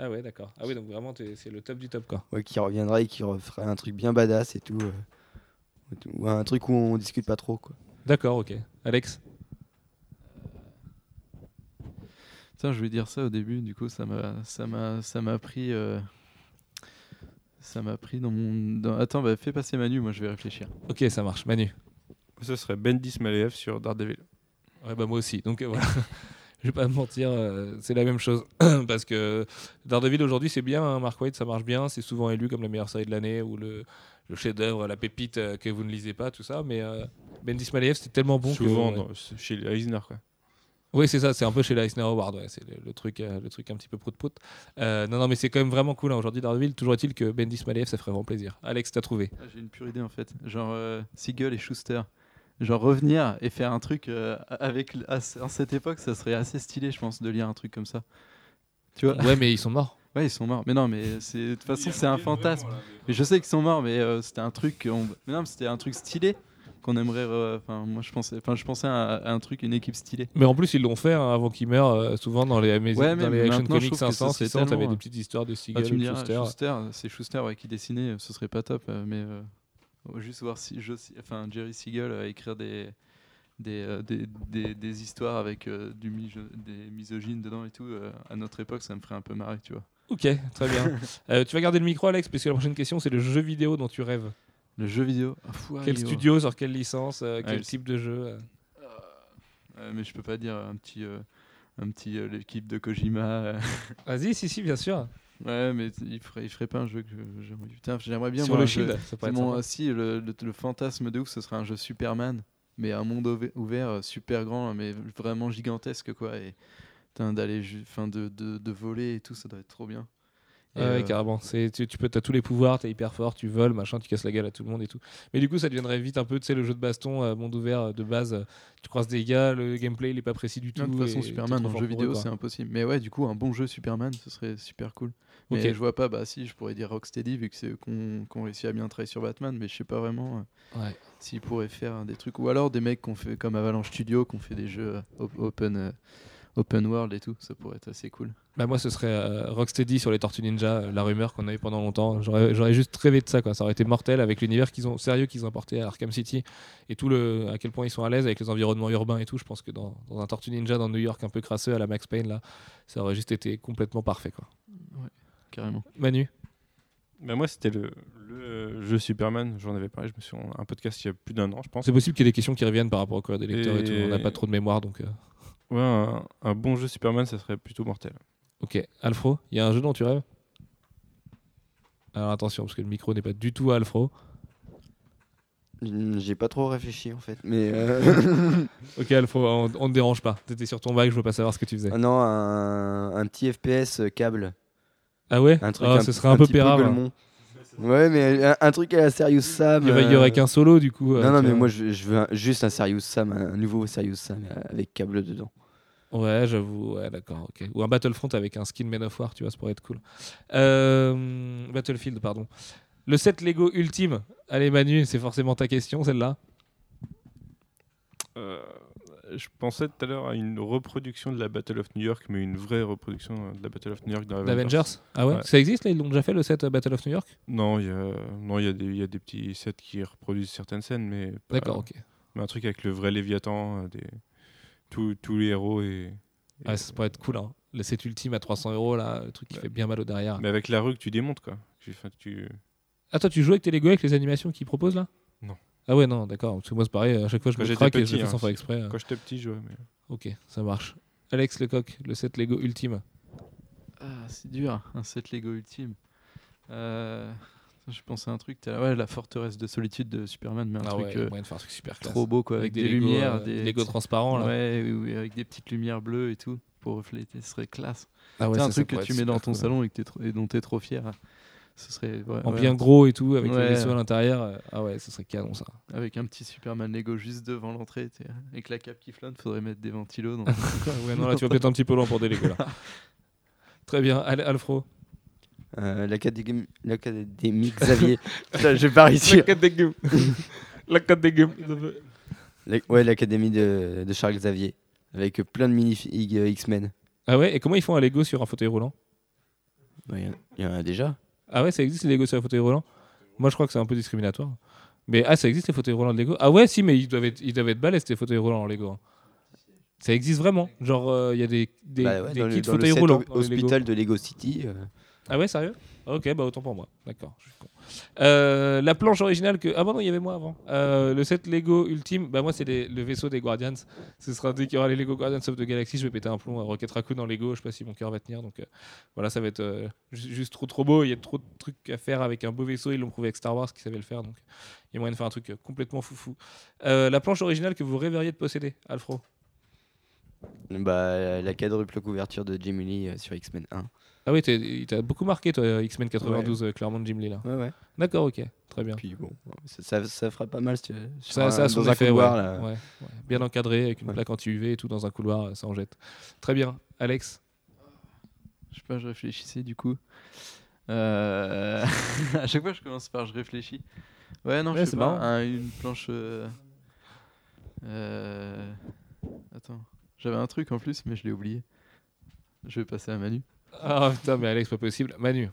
A: Ah ouais, d'accord. Ah oui, donc vraiment, t'es- c'est le top du top, quoi.
D: Ouais, qui reviendra et qui refera un truc bien badass et tout. euh, Ou un truc où on discute pas trop, quoi.
A: D'accord, ok. Alex
B: Putain, je voulais dire ça au début, du coup, ça m'a, ça m'a, ça m'a pris, euh, ça m'a pris dans mon. dans- Attends, bah, fais passer Manu, moi je vais réfléchir.
A: Ok, ça marche. Manu
C: Ce serait Bendis Maliev sur Daredevil.
A: Ouais, bah moi aussi. Donc euh, voilà. Je vais pas me mentir, euh, c'est la même chose. Parce que Daredevil aujourd'hui, c'est bien, hein, Mark Waid, ça marche bien. C'est souvent élu comme la meilleure série de l'année ou le, le chef-d'œuvre, la pépite euh, que vous ne lisez pas, tout ça. Mais euh, Bendis Maliev, c'était tellement bon
C: Souvent
A: que.
C: dans- chez Eisner. Quoi.
A: Oui, c'est ça, c'est un peu chez l'Eisner Award, ouais, c'est le, le truc, euh, le truc un petit peu prout-prout. Euh, non, non, mais c'est quand même vraiment cool hein, aujourd'hui, Daredevil. Toujours est-il que Bendis Maliev, ça ferait vraiment plaisir. Alex, t'as trouvé
B: Ah, J'ai une pure idée en fait. Genre euh, Siegel et Schuster. Genre revenir et faire un truc euh, avec l- à, ce- à cette époque, ça serait assez stylé, je pense, de lire un truc comme ça. Tu vois
A: Ouais, mais ils sont morts.
B: Ouais, ils sont morts. Mais non, mais c'est de toute façon, c'est un fantasme. Mais je sais qu'ils sont morts, mais euh, c'était un truc. qu'on- Mais non, mais c'était un truc stylé qu'on aimerait. re- Enfin, moi, je pensais. Enfin, je pensais à, à un truc, une équipe stylée.
A: Mais en plus, ils l'ont fait hein, avant qu'ils meurent. euh, souvent, dans les, amaz-
B: Ouais, mais
A: dans les Action
B: maintenant, je
A: Comics
B: trouve que ça,
A: 500,
B: c'est
A: 600, t'avais
B: tellement,
A: des
B: euh,
A: petites histoires de
B: Ah,
A: Seagal,
B: tu me diras,
A: Schuster.
B: Schuster, c'est Schuster ouais, qui dessinait, ce serait pas top, euh, mais euh, on va juste voir si je, enfin, Jerry Siegel euh, écrire des, des, euh, des, des- des histoires avec euh, du miso- des misogynes dedans et tout, euh, à notre époque, ça me ferait un peu marrer, tu vois.
A: Ok, très bien. Euh, tu vas garder le micro, Alex, puisque la prochaine question, c'est le jeu vidéo dont tu rêves.
B: Le jeu vidéo. Ah, fou, ah,
A: Quel
B: il-
A: studio, sur quelle licence, euh, quel
B: Ouais.
A: type de jeu euh.
B: Euh, mais je peux pas dire un petit, euh, un petit euh, l'équipe de Kojima. euh.
A: Vas-y, si, si, bien sûr.
B: Ouais, mais il ferait, il ferait pas un jeu que je- j'aimerais. Putain, j'aimerais bien
A: sur
B: voir
A: le
B: un jeu-
A: shield, ça peut
B: C'est
A: être
B: mon-
A: sympa.
B: euh, si le, le- le fantasme de ouf, ce serait un jeu Superman, mais un monde ouve- ouvert euh, super grand, mais vraiment gigantesque quoi. Et putain, d'aller, ju- enfin de, de, de voler et tout, ça doit être trop bien. Et,
A: Ouais,
B: euh,
A: ouais, carrément. C'est, tu, tu peux, t'as tous les pouvoirs, t'es hyper fort, tu voles, machin, tu casses la gueule à tout le monde et tout. Mais du coup, ça deviendrait vite un peu, tu sais, le jeu de baston, euh, monde ouvert euh, de base. euh, tu croises des gars, le gameplay, il est pas précis du tout.
B: de toute façon,
A: et t'es
B: Superman
A: trop
B: en
A: fort
B: jeu
A: pour eux,
B: vidéo,
A: quoi.
B: c'est impossible. Mais ouais, du coup, un bon jeu Superman, ce serait super cool. Mais
A: Ok.
B: je vois pas, bah si, je pourrais dire Rocksteady, vu que c'est eux qu'on qu'on réussit à bien travailler sur Batman, mais je sais pas vraiment euh,
A: Ouais.
B: s'ils pourraient faire hein, des trucs. Ou alors des mecs qu'on fait comme Avalanche Studio, qu'on fait des jeux euh, op- open, euh, open world et tout, ça pourrait être assez cool.
A: Bah, moi, ce serait euh, Rocksteady sur les Tortues Ninja, euh, la rumeur qu'on a eu pendant longtemps. J'aurais, j'aurais juste rêvé de ça, quoi. Ça aurait été mortel avec l'univers qu'ils ont, sérieux qu'ils ont apporté à Arkham City et tout le, à quel point ils sont à l'aise avec les environnements urbains et tout. Je pense que dans, dans un Tortue Ninja dans New York un peu crasseux à la Max Payne, là, ça aurait juste été complètement parfait, quoi.
B: Carrément.
A: Manu
C: Bah, moi, c'était le, le jeu Superman, j'en avais parlé, je me suis un podcast il y a plus d'un an, je pense.
A: C'est possible qu'il y ait des questions qui reviennent par rapport au code des lecteurs et,
C: Et-
A: tout. On n'a pas trop de mémoire, donc. euh,
C: Ouais, un, un bon jeu Superman, ça serait plutôt mortel.
A: Ok, Alfro, il y a un jeu dont tu rêves Alors attention, parce que le micro n'est pas du tout à Alfro.
D: J'ai pas trop réfléchi en fait, mais euh,
A: Ok, Alfro, on, on te dérange pas. T'étais sur ton bac, je veux pas savoir ce que tu faisais.
D: ah non, un, un petit FPS euh, câble,
A: Ah ouais
D: un truc.
A: Ah,
D: un,
A: ce serait un peu
D: petit
A: pérable.
D: Golemon. Ouais, mais euh, un, un truc à la Serious Sam.
A: Il y aurait, il y
D: euh,
A: aurait qu'un solo du coup. euh,
D: Non, non,
A: tu
D: mais
A: vois.
D: moi je, je veux un- juste un Serious Sam, un nouveau Serious Sam euh, avec câble dedans.
A: Ouais, j'avoue, ouais, d'accord, ok. Ou un Battlefront avec un skin Man of War, tu vois, ça pourrait être cool. Euh, Battlefield, pardon. Le set Lego ultime. Allez, Manu, c'est forcément ta question, celle-là.
C: Euh, je pensais tout à l'heure à une reproduction de la Battle of New York, mais une vraie reproduction euh, de la Battle of New York dans Avengers.
A: D'Avengers Ah ouais,
C: Ouais.
A: Ça existe, là Ils l'ont déjà fait, le set euh, Battle of New York
C: Non, il y a, non, il y, a des- il y a des petits sets qui reproduisent certaines scènes, mais pas-
A: D'accord, ok.
C: Mais un truc avec le vrai Léviathan, euh, des, tous- tous les héros et, et-
A: Ouais, ça pourrait être cool. Hein. Le set ultime à 300 euros, là, le truc qui
C: Ouais.
A: fait bien mal au derrière.
C: mais avec la rue que tu démontes quoi. Tu, enfin, tu-
A: Ah, toi, tu joues avec tes Lego avec les animations qu'ils proposent là
C: Non.
A: Ah ouais, non, d'accord. Parce que moi, c'est pareil, à chaque fois, je
C: Quand
A: me
C: j'étais
A: craque et je
C: petit,
A: le fais sans
C: hein,
A: faire
C: c'est-
A: exprès. euh.
C: Quand j'étais petit, je jouais, mais-
A: Ok, ça marche. Alex Lecoq, le set Lego ultime.
B: Ah, c'est dur, un set Lego ultime. Euh, je pensais à un truc, t'as la- ouais, la forteresse de solitude de Superman, mais un
A: Ah
B: truc
A: ouais,
B: euh,
A: moyen de faire un truc super classe.
B: trop beau quoi, avec, des,
A: Lego,
B: lumières,
A: euh,
B: des
A: Lego transparents là.
B: Ouais, oui, oui, avec des petites lumières bleues et tout pour refléter, ce serait classe.
A: Ah ouais,
B: c'est un
A: ça, ça
B: truc
A: pourrait
B: que tu
A: être
B: mets dans
A: super
B: ton
A: cool.
B: salon et, que t'es trop- et dont t'es trop fier. Ce serait ouais,
A: En
B: ouais,
A: bien gros et tout, avec
B: Ouais.
A: le vaisseau à l'intérieur. euh, Ah ouais, ça serait canon ça.
B: avec un petit Superman Lego juste devant l'entrée, t'es- avec la cape qui flotte, faudrait mettre des ventilos. Dans...
A: ouais, non, là, tu vas peut-être un petit peu loin pour des Lego là. Très bien, Al- Alfro.
D: Euh, L'Académie l'Académie Xavier. Putain, je vais pas réussir.
A: des gueules. La carte des gueules.
D: La- Ouais, l'Académie de, de Charles Xavier. Avec plein de minifigs euh, X-Men.
A: Ah ouais, et comment ils font un Lego sur un fauteuil roulant
D: Il y, en- y en a déjà.
A: Ah ouais, ça existe les Lego sur les fauteuils roulants Moi, je crois que c'est un peu discriminatoire. Mais ah, ça existe les fauteuils roulants de Lego Ah ouais, si, mais ils doivent être, ils doivent être balèzes, les fauteuils roulants en Lego. hein. Ça existe vraiment. Genre, euh, il y a des, des,
D: Bah ouais,
A: des
D: dans le,
A: kits
D: dans le
A: fauteuils
D: set
A: roulants.
D: ho-
A: dans les Lego.
D: hospital de Lego City. euh,
A: Ah ouais, sérieux Ok, bah autant pour moi. D'accord, je suis con. Euh, la planche originale que. Ah bah non, il y avait moi avant. Euh, le set Lego ultime, bah moi c'est les- le vaisseau des Guardians. Ce sera dès qu'il y aura les Lego Guardians of the Galaxy, je vais péter un plomb à Rocket Raccoon dans Lego. Je sais pas si mon cœur va tenir. Donc euh, voilà, ça va être euh, ju- juste trop trop beau. Il y a trop de trucs à faire avec un beau vaisseau. Ils l'ont prouvé avec Star Wars qui savait le faire. Donc il y a moyen de faire un truc euh, complètement foufou. Euh, la planche originale que vous rêveriez de posséder, Alfro.
D: bah, la quadruple couverture de Jim Lee euh, sur X-Men 1.
A: Ah oui, t'es- il t'a beaucoup marqué toi, euh, X-Men 92, euh, clairement Jim Lee là.
D: Ouais, ouais.
A: D'accord, ok, très bien.
D: Puis bon, ça, ça, ça fera pas mal si tu- sur
A: Ça,
D: un-
A: ça a son
D: dans un
A: effet,
D: couloir,
A: ouais.
D: là.
A: Ouais, ouais. Bien encadré, avec une
D: Ouais.
A: plaque anti-UV et tout dans un couloir, euh, ça en jette. Très bien. Alex
B: Je sais pas, je réfléchissais du coup. Euh, à chaque fois, je commence par je réfléchis. Ouais, non,
A: Ouais,
B: je sais
A: c'est
B: pas.
A: marrant.
B: un- une planche. euh, euh, Attends, j'avais un truc en plus, mais je l'ai oublié. Je vais passer à Manu.
A: Ah putain, mais Alex, pas possible. Manu.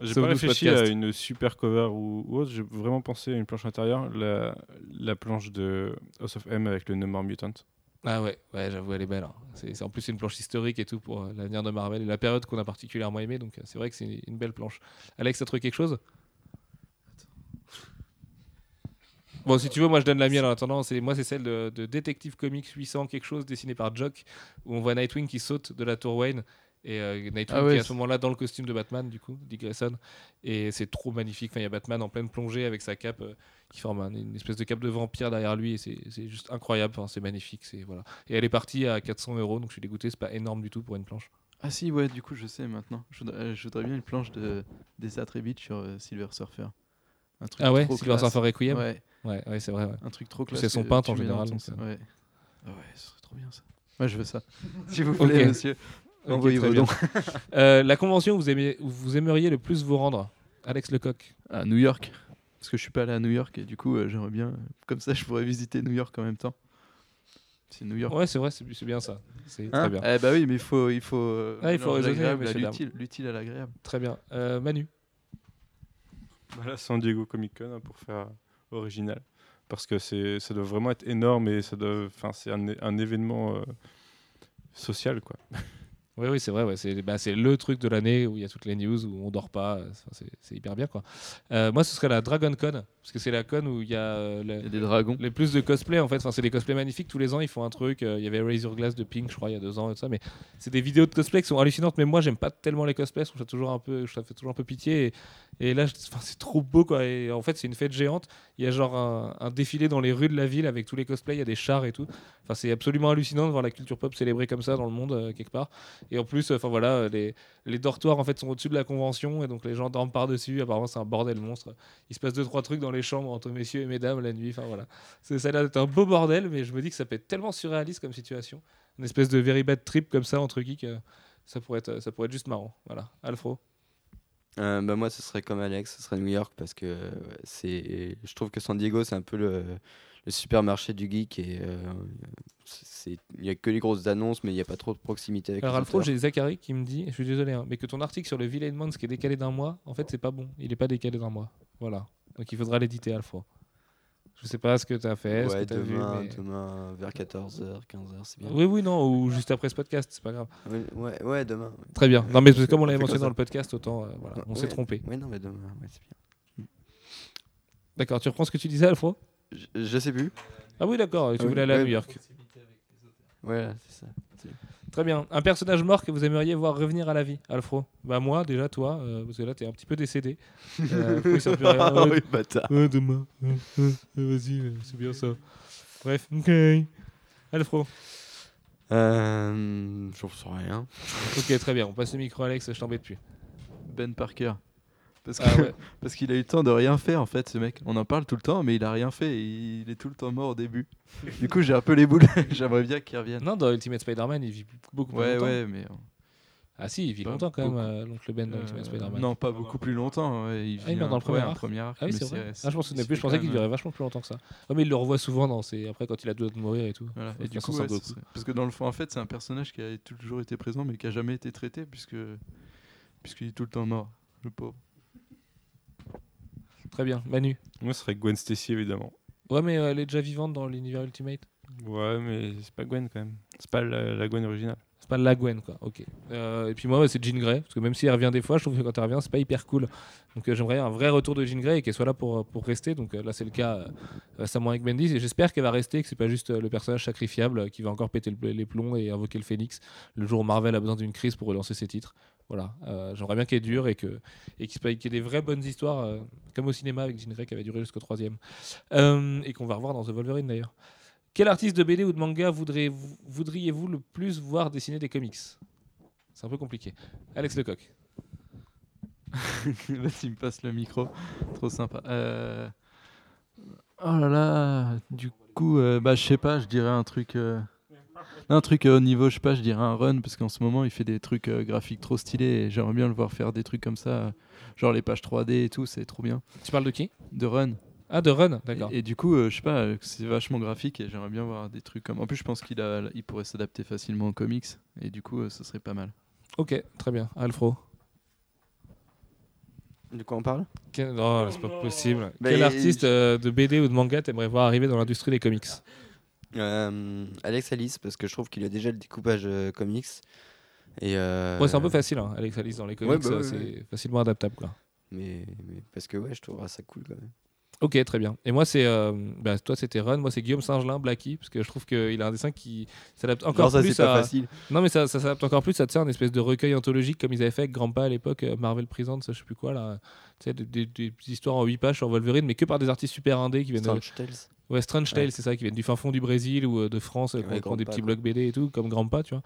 C: J'ai
A: Sauve-nous
C: pas
A: ce
C: réfléchi
A: podcast.
C: à une super cover ou, ou autre, j'ai vraiment pensé à une planche intérieure, la, la planche de House of M avec le No More Mutant.
A: Ah ouais, ouais j'avoue, elle est belle. hein. C'est, c'est- en plus, c'est une planche historique et tout pour euh, l'avenir de Marvel et la période qu'on a particulièrement aimée, donc euh, c'est vrai que c'est une, une belle planche. Alex, t'as trouvé quelque chose Bon, si tu veux, moi je donne la mienne en attendant. C'est, moi, c'est celle de, de Detective Comics 800, quelque chose, dessinée par Jock, où on voit Nightwing qui saute de la tour Wayne. Et euh, Nightwing
B: Ah ouais,
A: qui est à ce
B: c'est-
A: moment-là dans le costume de Batman, du coup, Dick Grayson. Et c'est trop magnifique. Enfin, il y a Batman en pleine plongée avec sa cape euh, qui forme un- une espèce de cape de vampire derrière lui. Et c'est, c'est juste incroyable. Enfin, c'est magnifique. C'est, voilà. Et elle est partie à 400 euros, donc je suis dégoûté. C'est pas énorme du tout pour une planche.
B: Ah si, ouais, du coup, je sais maintenant. Je voudrais, euh, je voudrais bien une planche de, des attributs sur euh, Silver Surfer. Un truc
A: Ah ouais,
B: trop
A: Silver
B: classe.
A: Surfer Requiem ouais.
B: Ouais,
A: ouais, c'est vrai. ouais.
B: un truc trop
A: Puis
B: classe.
A: c'est son
B: que
A: peintre,
B: tu
A: en
B: mets dans
A: général,
B: ton-
A: donc euh. ça-
B: Ouais. Ah ouais, ce serait trop bien ça. Moi, je veux ça. S'il vous
A: Ok.
B: plaît, monsieur.
A: Ok,
B: Envoyez
A: très
B: vos
A: bien.
B: dons.
A: Euh, la convention où vous, aimez, où vous aimeriez le plus vous rendre Alex Lecoq.
B: À New York. Parce que je suis pas allé à New York et du coup, euh, j'aimerais bien. euh, Comme ça, je pourrais visiter New York en même temps. C'est New York.
A: Ouais, c'est vrai, c'est c'est bien ça. C'est
B: Hein
A: très bien.
B: Eh bah oui, mais il faut. Il faut, euh,
A: Ah, il faut
B: mélanger
A: raisonner,
B: l'agréable à
A: messieurs, dames.
B: l'utile- L'utile à l'agréable.
A: Très bien. Euh, Manu.
C: Voilà, San Diego Comic Con hein, pour faire original. Parce que c'est, ça doit vraiment être énorme et ça doit, enfin, c'est un, é- un événement euh, social, quoi.
A: Oui, oui, c'est vrai. ouais, c'est bah, c'est le truc de l'année où il y a toutes les news, où on dort pas. euh, enfin, c'est- C'est hyper bien, quoi. Euh, moi, ce serait la Dragon Con, parce que c'est la con où il y a euh, le-
B: Il y a des dragons.
A: les plus de cosplay en fait. Enfin, c'est des cosplays magnifiques. Tous les ans, ils font un truc. Euh, Il y avait Razor Glass de Pink, je crois, il y a deux ans et tout ça. Mais c'est des vidéos de cosplay qui sont hallucinantes. Mais moi, j'aime pas tellement les cosplays. Je trouve ça toujours un peu, je trouve ça fait toujours un peu pitié. Et, et là, je- enfin, c'est trop beau quoi. Et en fait, c'est une fête géante. Il y a genre un, un défilé dans les rues de la ville avec tous les cosplays. Il y a des chars et tout. Enfin, c'est absolument hallucinant de voir la culture pop célébrée comme ça dans le monde euh, quelque part. Et en plus, euh, enfin voilà, euh, les, les dortoirs en fait sont au-dessus de la convention et donc les gens dorment par dessus. Apparemment, c'est un bordel monstre. Il se passe deux trois trucs dans les chambres entre messieurs et mesdames la nuit. Enfin voilà. C'est- Ça a l'air d'être un beau bordel, mais je me dis que ça peut être tellement surréaliste comme situation. Une espèce de very bad trip comme ça entre geeks. euh, ça, pourrait être, ça pourrait être juste marrant. Voilà. Alfro.
D: Euh, bah, moi, ce serait comme Alex, ce serait New York parce que euh, c'est, je trouve que San Diego, c'est un peu le, le supermarché du geek et euh, c'est, il n'y a que les grosses annonces, mais il n'y a pas trop de proximité avec
A: Alors,
D: les
A: Alfro,
D: auteurs.
A: j'ai Zachary qui me dit, je suis désolé, hein, mais que ton article sur le Villain Mons qui est décalé d'un mois, en fait, c'est pas bon. Il est pas décalé d'un mois. Voilà. Donc, il faudra l'éditer, Alfro. Je sais pas ce que tu as fait, ce
D: Ouais,
A: que tu as vu.
D: demain,
A: mais-
D: demain, vers 14h, 15h, c'est bien.
A: Oui, oui, non, ou juste après ce podcast, c'est pas grave.
D: Ouais, ouais, ouais, demain. ouais.
A: Très bien. Non, mais parce que comme on
D: On
A: l'avait
D: fait comme
A: mentionné
D: ça.
A: dans le podcast, autant, euh, voilà, on s'est
D: Ouais,
A: trompé.
D: Ouais, non, mais demain, ouais, c'est bien.
A: D'accord, tu reprends ce que tu disais, Alfro
D: Je, je sais plus.
A: Ah oui, d'accord, tu
D: oui,
A: voulais aller à
D: ouais.
A: New York.
D: Ouais, c'est ça.
A: Très bien. Un personnage mort que vous aimeriez voir revenir à la vie, Alfro Bah moi, déjà, toi, euh, parce que là, t'es un petit peu décédé. Euh, oui, ça peut rien.
D: Ah
A: Ouais,
D: oui, bâtard.
A: ouais, demain. Ouais, ouais, ouais, Vas-y, euh, c'est bien ça. Bref, ok. Alfro.
D: Euh, je sais rien.
A: Ok, très bien. On passe le micro, Alex, je t'embête plus.
B: Ben Parker. Parce que-
A: Ah ouais.
B: parce qu'il a eu le temps de rien faire en fait, ce mec. On en parle tout le temps, mais il a rien fait. et il est tout le temps mort au début. Du coup, j'ai un peu les boules. J'aimerais bien qu'il revienne.
A: Non, dans Ultimate Spider-Man, il vit beaucoup plus
B: Ouais,
A: longtemps.
B: ouais, mais. euh,
A: Ah si, il vit
B: Pas
A: longtemps quand même,
B: beaucoup.
A: euh, l'oncle Ben dans Ultimate Spider-Man.
B: non, pas beaucoup plus longtemps. ouais, il
A: Ah, il
B: vit
A: meurt dans
B: un-
A: le premier
B: ouais, un
A: arc
B: premier arc,
A: Ah oui,
B: mais
A: c'est vrai.
B: c'est-
A: Ah, je m'en souvenais
B: c'est
A: plus, je pensais
B: quand
A: qu'il
B: même,
A: durait vachement plus longtemps que ça. Ouais, mais il le revoit souvent dans ses... après quand il a deux de mourir et tout.
B: Voilà.
A: Ouais,
B: Et du
A: façon,
B: coup,
A: ça
B: ouais,
A: vaut le
B: ce serait- parce que dans le fond, en fait, c'est un personnage qui a toujours été présent, mais qui a jamais été traité, puisque puisqu'il est tout le temps mort, le pauvre.
A: Très bien. Manu.
C: Moi, ce serait Gwen Stacy, évidemment.
A: Ouais, mais euh, elle est déjà vivante dans l'univers Ultimate.
C: Ouais, mais c'est pas Gwen, quand même. C'est pas la, la Gwen originale.
A: C'est pas la Gwen, quoi. Ok. Euh, et puis moi, ouais, c'est Jean Grey, parce que même si elle revient des fois, je trouve que quand elle revient, c'est pas hyper cool. Donc euh, j'aimerais un vrai retour de Jean Grey et qu'elle soit là pour, euh, pour rester. Donc euh, là, c'est le cas euh, récemment avec Bendis. Et j'espère qu'elle va rester, que c'est pas juste euh, le personnage sacrifiable euh, qui va encore péter le- les plombs et invoquer le phénix le jour où Marvel a besoin d'une crise pour relancer ses titres. Voilà. Euh, j'aimerais bien qu'elle dure et que et qu'il se passe- qu'il y ait des vraies bonnes histoires, euh, comme au cinéma avec Jean Grey qui avait duré jusqu'au troisième. Euh, et qu'on va revoir dans The Wolverine d'ailleurs. Quel artiste de BD ou de manga voudrez- voudriez-vous le plus voir dessiner des comics C'est un peu compliqué. Alex Lecoq.
B: Là, tu me passes le micro. Trop sympa. Euh, Oh là là, du coup, euh, bah, je sais pas, je dirais un truc. euh, Un truc euh, au niveau, je sais pas, je dirais un run, parce qu'en ce moment, il fait des trucs euh, graphiques trop stylés, et j'aimerais bien le voir faire des trucs comme ça, euh, genre les pages 3D et tout, c'est trop bien.
A: Tu parles de qui
B: De run.
A: Ah, de Run, d'accord.
B: Et, et du coup, euh, je sais pas, euh, c'est vachement graphique, et j'aimerais bien voir des trucs comme. En plus, je pense qu'il a, il pourrait s'adapter facilement aux comics, et du coup, euh, ça serait pas mal.
A: Ok, très bien. Alfro.
D: De quoi on parle
A: Quel... Oh, c'est pas possible.
D: Mais
A: Quel
D: il-
A: artiste euh, de BD ou de manga t'aimerais voir arriver dans l'industrie des comics
D: Euh, Alex Alice, parce que je trouve qu'il a déjà le découpage euh, comics. Et euh,
A: Ouais, c'est un peu facile, hein, Alex Alice dans les comics,
D: bah
A: euh,
D: ouais,
A: c'est
D: ouais.
A: facilement adaptable. Quoi.
D: Mais, mais parce que ouais, je trouverais ça cool quand même.
A: Ok, très bien. Et moi, c'est. euh, bah, toi, c'était Run. Moi, c'est Guillaume Singelin, Blacky, parce que je trouve qu'il a un dessin qui s'adapte encore
D: Genre, ça,
A: plus
D: c'est pas
A: à.
D: facile.
A: Non, mais ça, ça s'adapte encore plus à tu sais, un espèce de recueil anthologique comme ils avaient fait avec Grandpa à l'époque, euh, Marvel Presents, je sais plus quoi, là. Tu sais, des, des- des petites histoires en 8 pages sur Wolverine, mais que par des artistes super indés qui viennent de-
D: Strange Tales.
A: Ouais, Strange Tales, c'est ça, qui viennent du fin fond du Brésil ou euh, de France, euh, qui
D: Ouais,
A: ont- qui ont des
D: Grandpa,
A: petits
D: quoi.
A: blocs BD et tout, comme Grandpa, tu vois.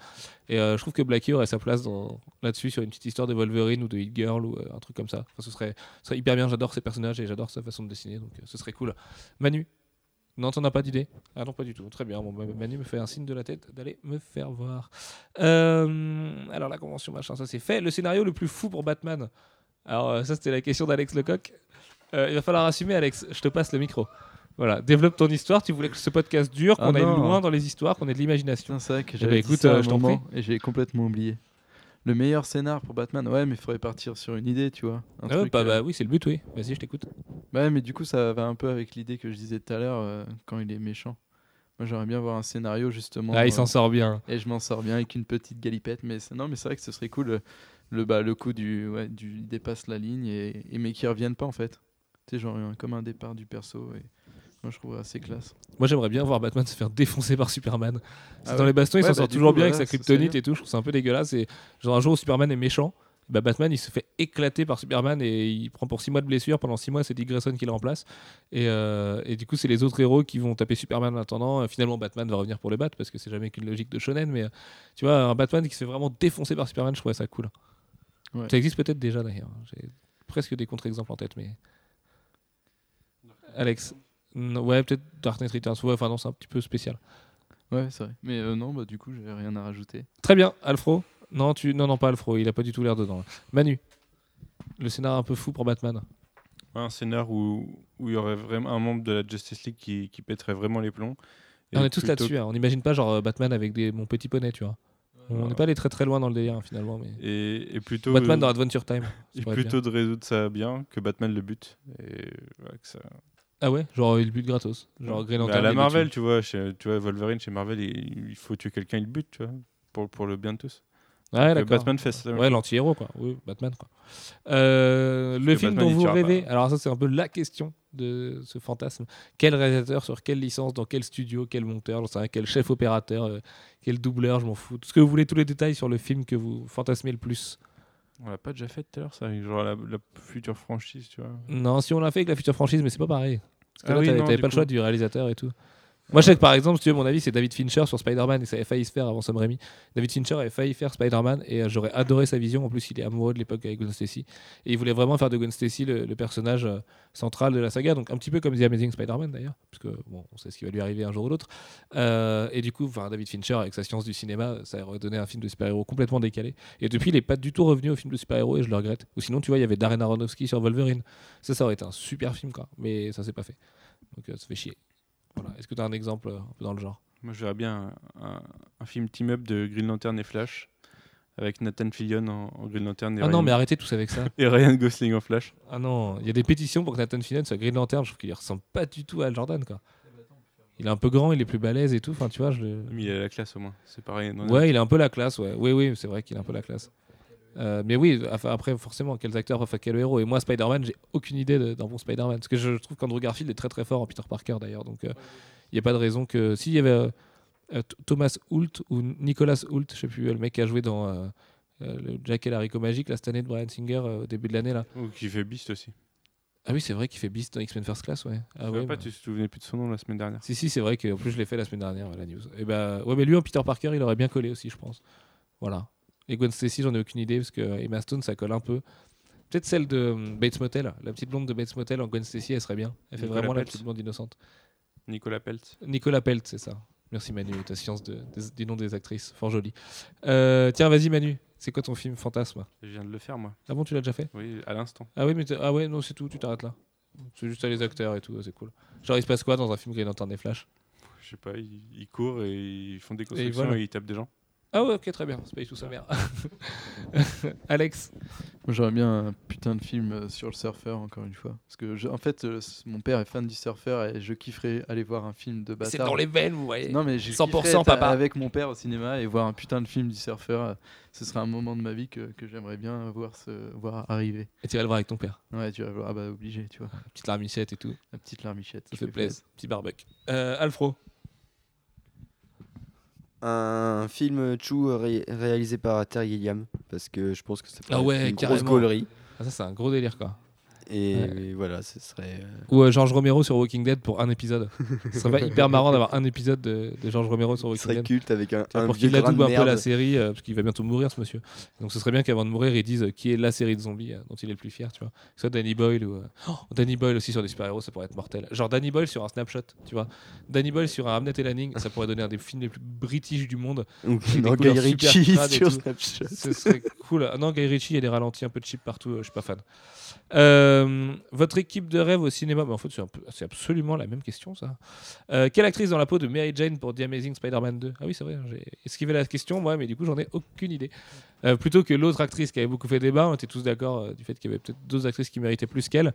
A: Et euh, je trouve que Blackie aurait sa place dans- là-dessus, sur une petite histoire de Wolverine ou de Hit Girl ou euh, un truc comme ça. Enfin, ce, serait, ce serait hyper bien, j'adore ces personnages et j'adore sa façon de dessiner, donc euh, ce serait cool. Manu Non, t'en as pas d'idée Ah non, pas du tout. Très bien, bon, bah, Manu me fait un signe de la tête d'aller me faire voir. Euh, alors, la convention, machin, ça c'est fait. Le scénario le plus fou pour Batman Alors, euh, ça, c'était la question d'Alex Lecoq. Euh, il va falloir assumer, Alex, je te passe le micro. Voilà, développe ton histoire. Tu voulais que ce podcast dure,
B: Ah
A: qu'on aille
B: non.
A: loin dans les histoires, qu'on ait de l'imagination.
B: Putain, c'est vrai que
A: bah,
B: j'avais
A: écoute,
B: écoute, ça à
A: euh,
B: un
A: je t'en
B: moment et j'ai complètement oublié. Le meilleur scénar pour Batman, ouais, mais il faudrait partir sur une idée, tu vois. un
A: Ah ouais,
B: truc,
A: bah,
B: euh,
A: bah oui, c'est le but, oui. Vas-y, je t'écoute.
B: Ouais, mais du coup, ça va un peu avec l'idée que je disais tout à l'heure euh, quand il est méchant. Moi, j'aimerais bien voir un scénario justement.
A: Ah, il
B: euh,
A: s'en sort bien.
B: Et je m'en sors bien avec une petite galipette. Mais c'est- non, mais c'est vrai que ce serait cool euh, le, bah, le coup du, ouais, du. Il dépasse la ligne, et, et- mais qui reviennent pas en fait. Tu sais, genre euh, comme un départ du perso. Et moi, je trouve assez classe.
A: Moi, j'aimerais bien voir Batman se faire défoncer par Superman. Parce que
B: Ah
A: dans
B: ouais.
A: les bastons, il
B: Ouais,
A: s'en
B: bah,
A: sort
B: du
A: toujours
B: coup,
A: bien
B: voilà,
A: avec sa
B: ça serait
A: kryptonite
B: bien.
A: et tout. Je trouve ça un peu dégueulasse. Et genre, un jour où Superman est méchant, bah, Batman, il se fait éclater par Superman et il prend pour 6 mois de blessure. Pendant 6 mois, c'est Dick Grayson qui le remplace. Et, euh, et du coup, c'est les autres héros qui vont taper Superman en attendant. Euh, Finalement, Batman va revenir pour le battre parce que c'est jamais qu'une logique de shonen. Mais euh, tu vois, un Batman qui se fait vraiment défoncer par Superman, je trouvais ça cool.
B: Ouais.
A: Ça existe peut-être déjà d'ailleurs. J'ai presque des contre-exemples en tête, mais. Alex. Non, ouais, peut-être Dark Knight Returns. Ouais, enfin, non, c'est un petit peu spécial.
B: Ouais, c'est vrai. Mais euh, non, bah, du coup, j'ai rien à rajouter.
A: Très bien, Alfro. Non, tu... non, non, pas Alfro. Il a pas du tout l'air dedans. là. Manu. Le scénario un peu fou pour Batman.
C: Un scénar où où il y aurait vraiment un membre de la Justice League qui, qui pèterait vraiment les plombs. Et
A: on est tous
C: plutôt-
A: là-dessus. hein. On n'imagine pas genre euh, Batman avec des... mon petit poney, tu vois. On n'est pas allé très très loin dans le délire hein, finalement. Mais...
C: Et, et plutôt,
A: Batman dans Adventure Time. ça
C: et
A: pourrait être bien.
C: plutôt de résoudre ça bien que Batman le bute. Et voilà, que ça-
A: Ah ouais Genre il bute gratos. Genre Green
C: Bah,
A: Lantern,
C: à
A: il
C: la
A: le
C: Marvel,
A: tue.
C: tu vois, chez, tu vois, Wolverine chez Marvel, il, il faut tuer quelqu'un, il bute, tu vois, pour, pour le bien de tous.
A: Ouais,
C: Le
A: Ah, d'accord.
C: Batman fait ça.
A: Ouais, l'anti-héros, quoi. Oui, Batman, quoi. Euh, le
C: que
A: film
C: Batman,
A: dont
C: il
A: vous
C: tuera
A: rêvez, alors ça, c'est un peu la question de ce fantasme. Quel réalisateur, sur quelle licence, dans quel studio, quel monteur, j'en sais rien, quel chef opérateur, euh, quel doubleur, je m'en fous. Tout ce que vous voulez, tous les détails sur le film que vous fantasmez le plus.
C: On l'a pas déjà fait tout à l'heure, ça, avec genre la, la future franchise, tu vois.
A: Non, si on l'a fait avec la future franchise, mais c'est pas pareil. Parce que
C: Ah
A: là,
C: oui,
A: t'avais
C: non,
A: t'avais
C: du
A: pas le
C: coup.
A: choix du réalisateur et tout. Moi, je sais que par exemple, si tu veux mon avis, c'est David Fincher sur Spider-Man et ça avait failli se faire avant Sam Raimi. David Fincher avait failli faire Spider-Man et euh, j'aurais adoré sa vision. En plus, il est amoureux de l'époque avec Gwen Stacy et il voulait vraiment faire de Gwen Stacy le, le personnage euh, central de la saga. Donc, un petit peu comme The Amazing Spider-Man d'ailleurs, parce que bon, on sait ce qui va lui arriver un jour ou l'autre. Euh, et du coup, enfin, David Fincher avec sa science du cinéma, ça aurait donné un film de super-héros complètement décalé. Et depuis, il est pas du tout revenu au film de super-héros et je le regrette. Ou sinon, tu vois, il y avait Darren Aronofsky sur Wolverine. Ça, ça aurait été un super film, quoi. Mais ça s'est pas fait. Donc, euh, ça fait chier. Voilà. Est-ce que tu as un exemple euh, un peu dans le genre
C: Moi, je verrais bien un, un- un film team-up de Green Lantern et Flash, avec Nathan Fillion en, en Green Lantern et,
A: Ah
C: Ryan,
A: non, mais arrêtez tous avec ça.
C: et Ryan Gosling en Flash.
A: ah non, il y a des pétitions pour que Nathan Fillion soit Green Lantern. Je trouve qu'il ressemble pas du tout à Al Jordan, quoi. Il est un peu grand, il est plus balèze et tout. Enfin, tu vois, je le-
C: Mais il a la classe au moins, c'est pareil. non,
A: Ouais, il a un peu la classe, ouais. Oui, oui, c'est vrai qu'il a un peu la classe. Euh, mais oui, af- après, forcément, quels acteurs peuvent faire quel héros Et moi, Spider-Man, j'ai aucune idée de- d'un bon Spider-Man. Parce que je trouve qu'Andrew Garfield est très très fort en Peter Parker d'ailleurs. Donc, euh, il n'y a pas de raison que. S'il y avait euh, euh, Th- Thomas Hoult ou Nicolas Hoult, je sais plus, euh, le mec qui a joué dans euh, euh, le Jack et l'Haricot Magique, là, cette année de Brian Singer, euh, au début de l'année, là.
C: Ou qui fait Beast aussi.
A: Ah oui, c'est vrai qu'il fait Beast dans X-Men First Class, ouais. Ah
C: Je
A: ouais,
C: savais pas,
A: bah.
C: tu te souvenais plus de son nom la semaine dernière.
A: Si, si, c'est vrai qu'en plus je l'ai fait la semaine dernière, la news. Et bah, ouais, mais lui en Peter Parker, il aurait bien collé aussi, je pense. Voilà. Et Gwen Stacy, j'en ai aucune idée parce que Emma Stone, ça colle un peu. Peut-être celle de hum, Bates Motel, la petite blonde de Bates Motel en Gwen Stacy, elle serait bien. Elle fait
C: Nicolas
A: vraiment la
C: Peltz.
A: petite blonde innocente.
C: Nicolas Peltz.
A: Nicolas Pelt, c'est ça. Merci Manu, ta science de- des, des noms des actrices, fort jolie. Euh, tiens, vas-y Manu, c'est quoi ton film fantasme
C: Je viens de le faire, moi.
A: Ah bon, tu l'as déjà fait
C: Oui, à l'instant.
A: Ah oui, mais t'as- ah ouais, non, c'est tout, tu t'arrêtes là. C'est juste à les acteurs et tout, c'est cool. Genre, il se passe quoi dans un film Green Lantern et Flash
C: Je sais pas, ils, ils courent et ils font des constructions
A: volent.
C: et ils tapent des gens.
A: Ah ouais, ok, très bien. C'est pas du tout sa mère. Alex.
B: Moi, J'aurais bien un putain de film euh, sur le surfeur, encore une fois. Parce que, je- en fait, euh, c- mon père est fan du surfeur et je kifferais aller voir un film de bâtard.
A: C'est dans les veines, vous voyez.
B: Non, mais j'ai
A: 100%
B: kiffé être
A: papa.
B: avec mon père au cinéma et voir un putain de film du surfeur. euh, Ce serait un moment de ma vie que, que j'aimerais bien voir, se- voir arriver.
A: Et tu vas le voir avec ton père.
B: Ouais, tu vas voir, ah bah obligé, tu vois.
A: Petite larmichette et tout.
B: La petite larmichette.
A: Ça
B: je
A: fait
B: l'ai
A: plaisir. Petit barbec. Euh, Alfro.
D: Un film euh, chou ré- réalisé par Terry Gilliam, parce que je pense que c'est
A: Ah ouais,
D: une grosse
A: carrément.
D: gaulerie.
A: Ah, ça, c'est un gros délire, quoi.
D: Et
A: Ouais.
D: voilà, ce serait. euh,
A: Ou euh, George Romero sur Walking Dead pour un épisode. Ce serait pas hyper marrant d'avoir un épisode de, de George Romero sur
D: ce
A: Walking
D: serait
A: Dead.
D: culte avec un,
A: Tu vois,
D: un
A: Pour
D: vieux
A: qu'il adoube
D: grain
A: un
D: de
A: peu la
D: merde.
A: série, euh, parce qu'il va bientôt mourir, ce monsieur. Donc ce serait bien qu'avant de mourir, ils disent euh, qui est la série de zombies euh, dont il est le plus fier, tu vois. Que ce Soit Danny Boyle ou. euh, oh, Danny Boyle aussi sur des super-héros, ça pourrait être mortel. Genre Danny Boyle sur un Snapshot, tu vois. Danny Boyle sur un Amnet et Lanning, ça pourrait donner un des films les plus british du monde.
D: Ou
A: des
D: dans
A: couleurs
D: Guy
A: super
D: Ritchie
A: crades et
D: sur
A: tout.
D: Snapchat.
A: Ce serait cool. Ah Non, Guy Ritchie, il y a des ralentis un peu cheap partout, euh, je suis pas fan. Euh, votre équipe de rêve au cinéma, bah, en fait, c'est un peu- c'est absolument la même question, ça. Euh, quelle actrice dans la peau de Mary Jane pour The Amazing Spider-Man 2 Ah oui, c'est vrai, j'ai esquivé la question, moi, mais du coup, j'en ai aucune idée. Euh, plutôt que l'autre actrice qui avait beaucoup fait débat, on était tous d'accord euh, du fait qu'il y avait peut-être deux actrices qui méritaient plus qu'elle.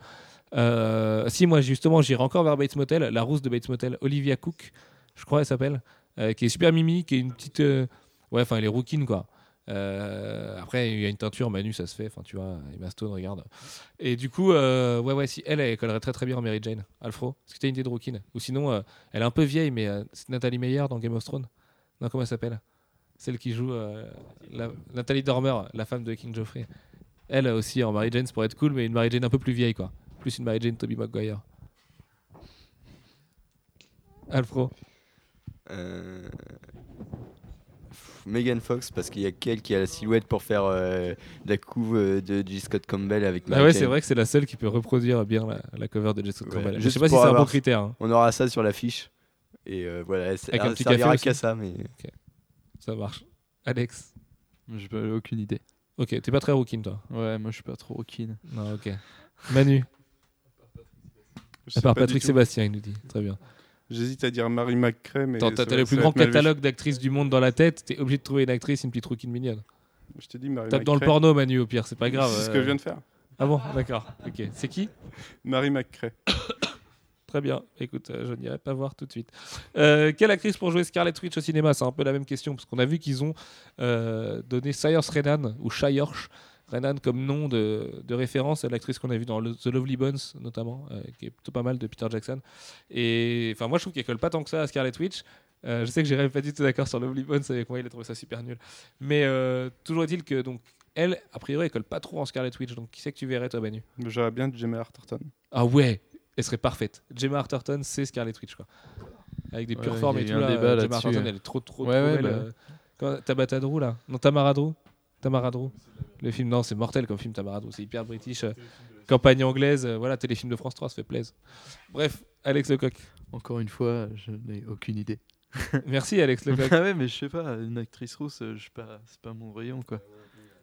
A: Euh, si, moi, justement, j'irai encore vers Bates Motel, la rousse de Bates Motel, Olivia Cook, je crois, elle s'appelle, euh, qui est super mimi, qui est une petite. euh, Ouais, enfin, elle est rouquine, quoi. Euh, après, il y a une teinture, Manu, ça se fait. Enfin, tu vois, Emma Stone, regarde. Et du coup, euh, ouais, ouais, si elle, elle collerait très très bien en Mary Jane. Alfro, est-ce que t'as une idée de Rookin Ou sinon, euh, elle est un peu vieille, mais euh, c'est Nathalie Meyer dans Game of Thrones Non, comment elle s'appelle Celle qui joue euh, la- Nathalie Dormer, la femme de King Joffrey. Elle euh, aussi en Mary Jane, ça pourrait être cool, mais une Mary Jane un peu plus vieille, quoi. Plus une Mary Jane Toby Maguire. Alfro,
D: Euh, pff, Megan Fox, parce qu'il y a qu'elle qui a la silhouette pour faire euh, la couve euh, de G. Scott Campbell avec
A: bah
D: Mary
A: ouais,
D: Jane.
A: c'est vrai que c'est la seule qui peut reproduire bien la, la cover de Jessica
D: Ouais,
A: Campbell. Je
D: juste
A: sais pas si
D: pour
A: c'est un bon
D: avoir-
A: critère. hein.
D: On aura ça sur l'affiche. Et euh, voilà, elle
A: Avec un
D: ne
A: petit
D: servira
A: café
D: qu'à
A: aussi.
D: ça, mais
A: Ça marche. Alex
B: fait. J'ai pas- aucune idée.
A: Ok, t'es pas très rookie, toi.
B: Ouais, moi je suis pas trop rockin.
A: Non, ok. Manu,
C: Je
A: à
C: sais
A: part
C: pas du
A: Patrick
C: tout.
A: Sébastien, il nous dit. Très bien.
C: J'hésite à dire Marie McCray, mais.
A: T'as t'as
C: ça va-
A: le
C: ça
A: plus
C: va
A: grand
C: être mal vu.
A: catalogue d'actrices du monde dans la tête. T'es obligé de trouver une actrice, une petite rookie mignonne.
C: Je te dis Marie
A: Tape dans le
C: McCray.
A: porno, Manu, au pire, c'est pas grave.
C: C'est ce
A: euh.
C: que je viens de faire.
A: Ah bon, d'accord. Ok, c'est qui
C: Marie McCray.
A: Très bien. Écoute, euh, je n'irai pas voir tout de suite. Euh, quelle actrice pour jouer Scarlett Witch au cinéma C'est un peu la même question, parce qu'on a vu qu'ils ont euh, donné Sayers Renan ou Shyorsh Renan comme nom de, de référence à l'actrice qu'on a vue dans le- The Lovely Bones, notamment, euh, qui est plutôt pas mal de Peter Jackson. Et enfin, moi, je trouve qu'elle colle pas tant que ça à Scarlett Witch. Euh, je sais que Jérémy n'est pas du tout d'accord sur Lovely Bones, avec moi, il a trouvé ça super nul. Mais euh, toujours est-il que, donc, elle, a priori, elle colle pas trop en Scarlett Witch. Donc, qui c'est que tu verrais, toi, Manu
C: J'aurais bien Gemma Arterton.
A: ah ouais, elle serait parfaite. Gemma Arterton, c'est Scarlet Witch, quoi. Avec des
B: Ouais,
A: pure formes
B: il y
A: et
B: a
A: tout.
B: eu un
A: Là,
B: débat
A: euh, Gemma
B: là-dessus,
A: Arterton,
B: hein.
A: elle est trop, trop,
B: Ouais,
A: trop
B: ouais,
A: belle.
B: bah.
A: euh. Quand- Tabata Drew, là. Non, Tamara Drew. Tamara Drew. Le film, non, c'est mortel comme film, Tamara Drew. C'est hyper british. euh, campagne anglaise. euh, voilà, téléfilm de France 3, ça fait plaisir. Bref, Alex Lecoq.
B: Encore une fois, je n'ai aucune idée.
A: Merci, Alex Lecoq.
B: ah ouais, mais je sais pas, une actrice rousse, euh, je sais pas, c'est pas mon rayon quoi.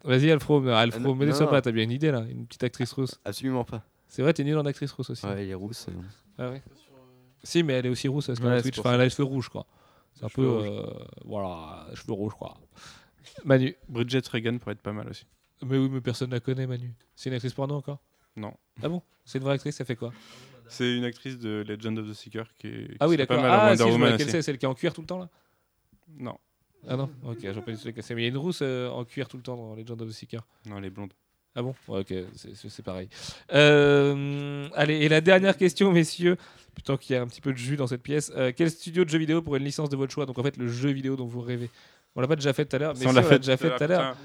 A: Vas-y, Alfro. euh,
D: Ah
A: Alfro,
D: non,
A: me
D: non,
A: déçois
D: non.
A: pas, t'as bien une idée, là. Une petite actrice rousse.
D: absolument pas.
A: C'est vrai, t'es nul en actrice rousse aussi.
D: Ouais, les rousses.
A: Ah ouais. Si, mais elle est aussi rousse, Scarlet
B: Ouais, c'est
A: Witch.
B: pour
A: Enfin, elle a les cheveux rouges, quoi. C'est un peu.
B: Cheveux
A: euh, voilà, cheveux rouges, quoi. Manu.
C: Bridget Regan pourrait être pas mal aussi.
A: Mais oui, mais personne la connaît, Manu. C'est une actrice porno encore
C: Non.
A: Ah bon C'est une vraie actrice, ça fait quoi
C: C'est une actrice de Legend of the Seeker qui est. qui
A: Ah oui,
C: serait
A: d'accord.
C: Pas mal en
A: Ah,
C: Wonder
A: si, je vois
C: Woman
A: laquelle
C: aussi.
A: c'est, celle qui est en cuir tout le temps, là
C: Non,
A: Ah non Ok, j'en pas du tout la casser. Mais il y a une rousse euh, en cuir tout le temps dans Legend of the Seeker.
C: non, elle est blonde.
A: Ah bon Ouais, Ok, c'est- c'est c'est pareil. Euh, allez, et la dernière question, messieurs, plutôt qu'il y a un petit peu de jus dans cette pièce. Euh, quel studio de jeux vidéo pour une licence de votre choix Donc en fait, le jeu vidéo dont vous rêvez. On l'a pas déjà fait tout à l'heure, Ah, mais si, on l'a déjà fait tout à l'heure.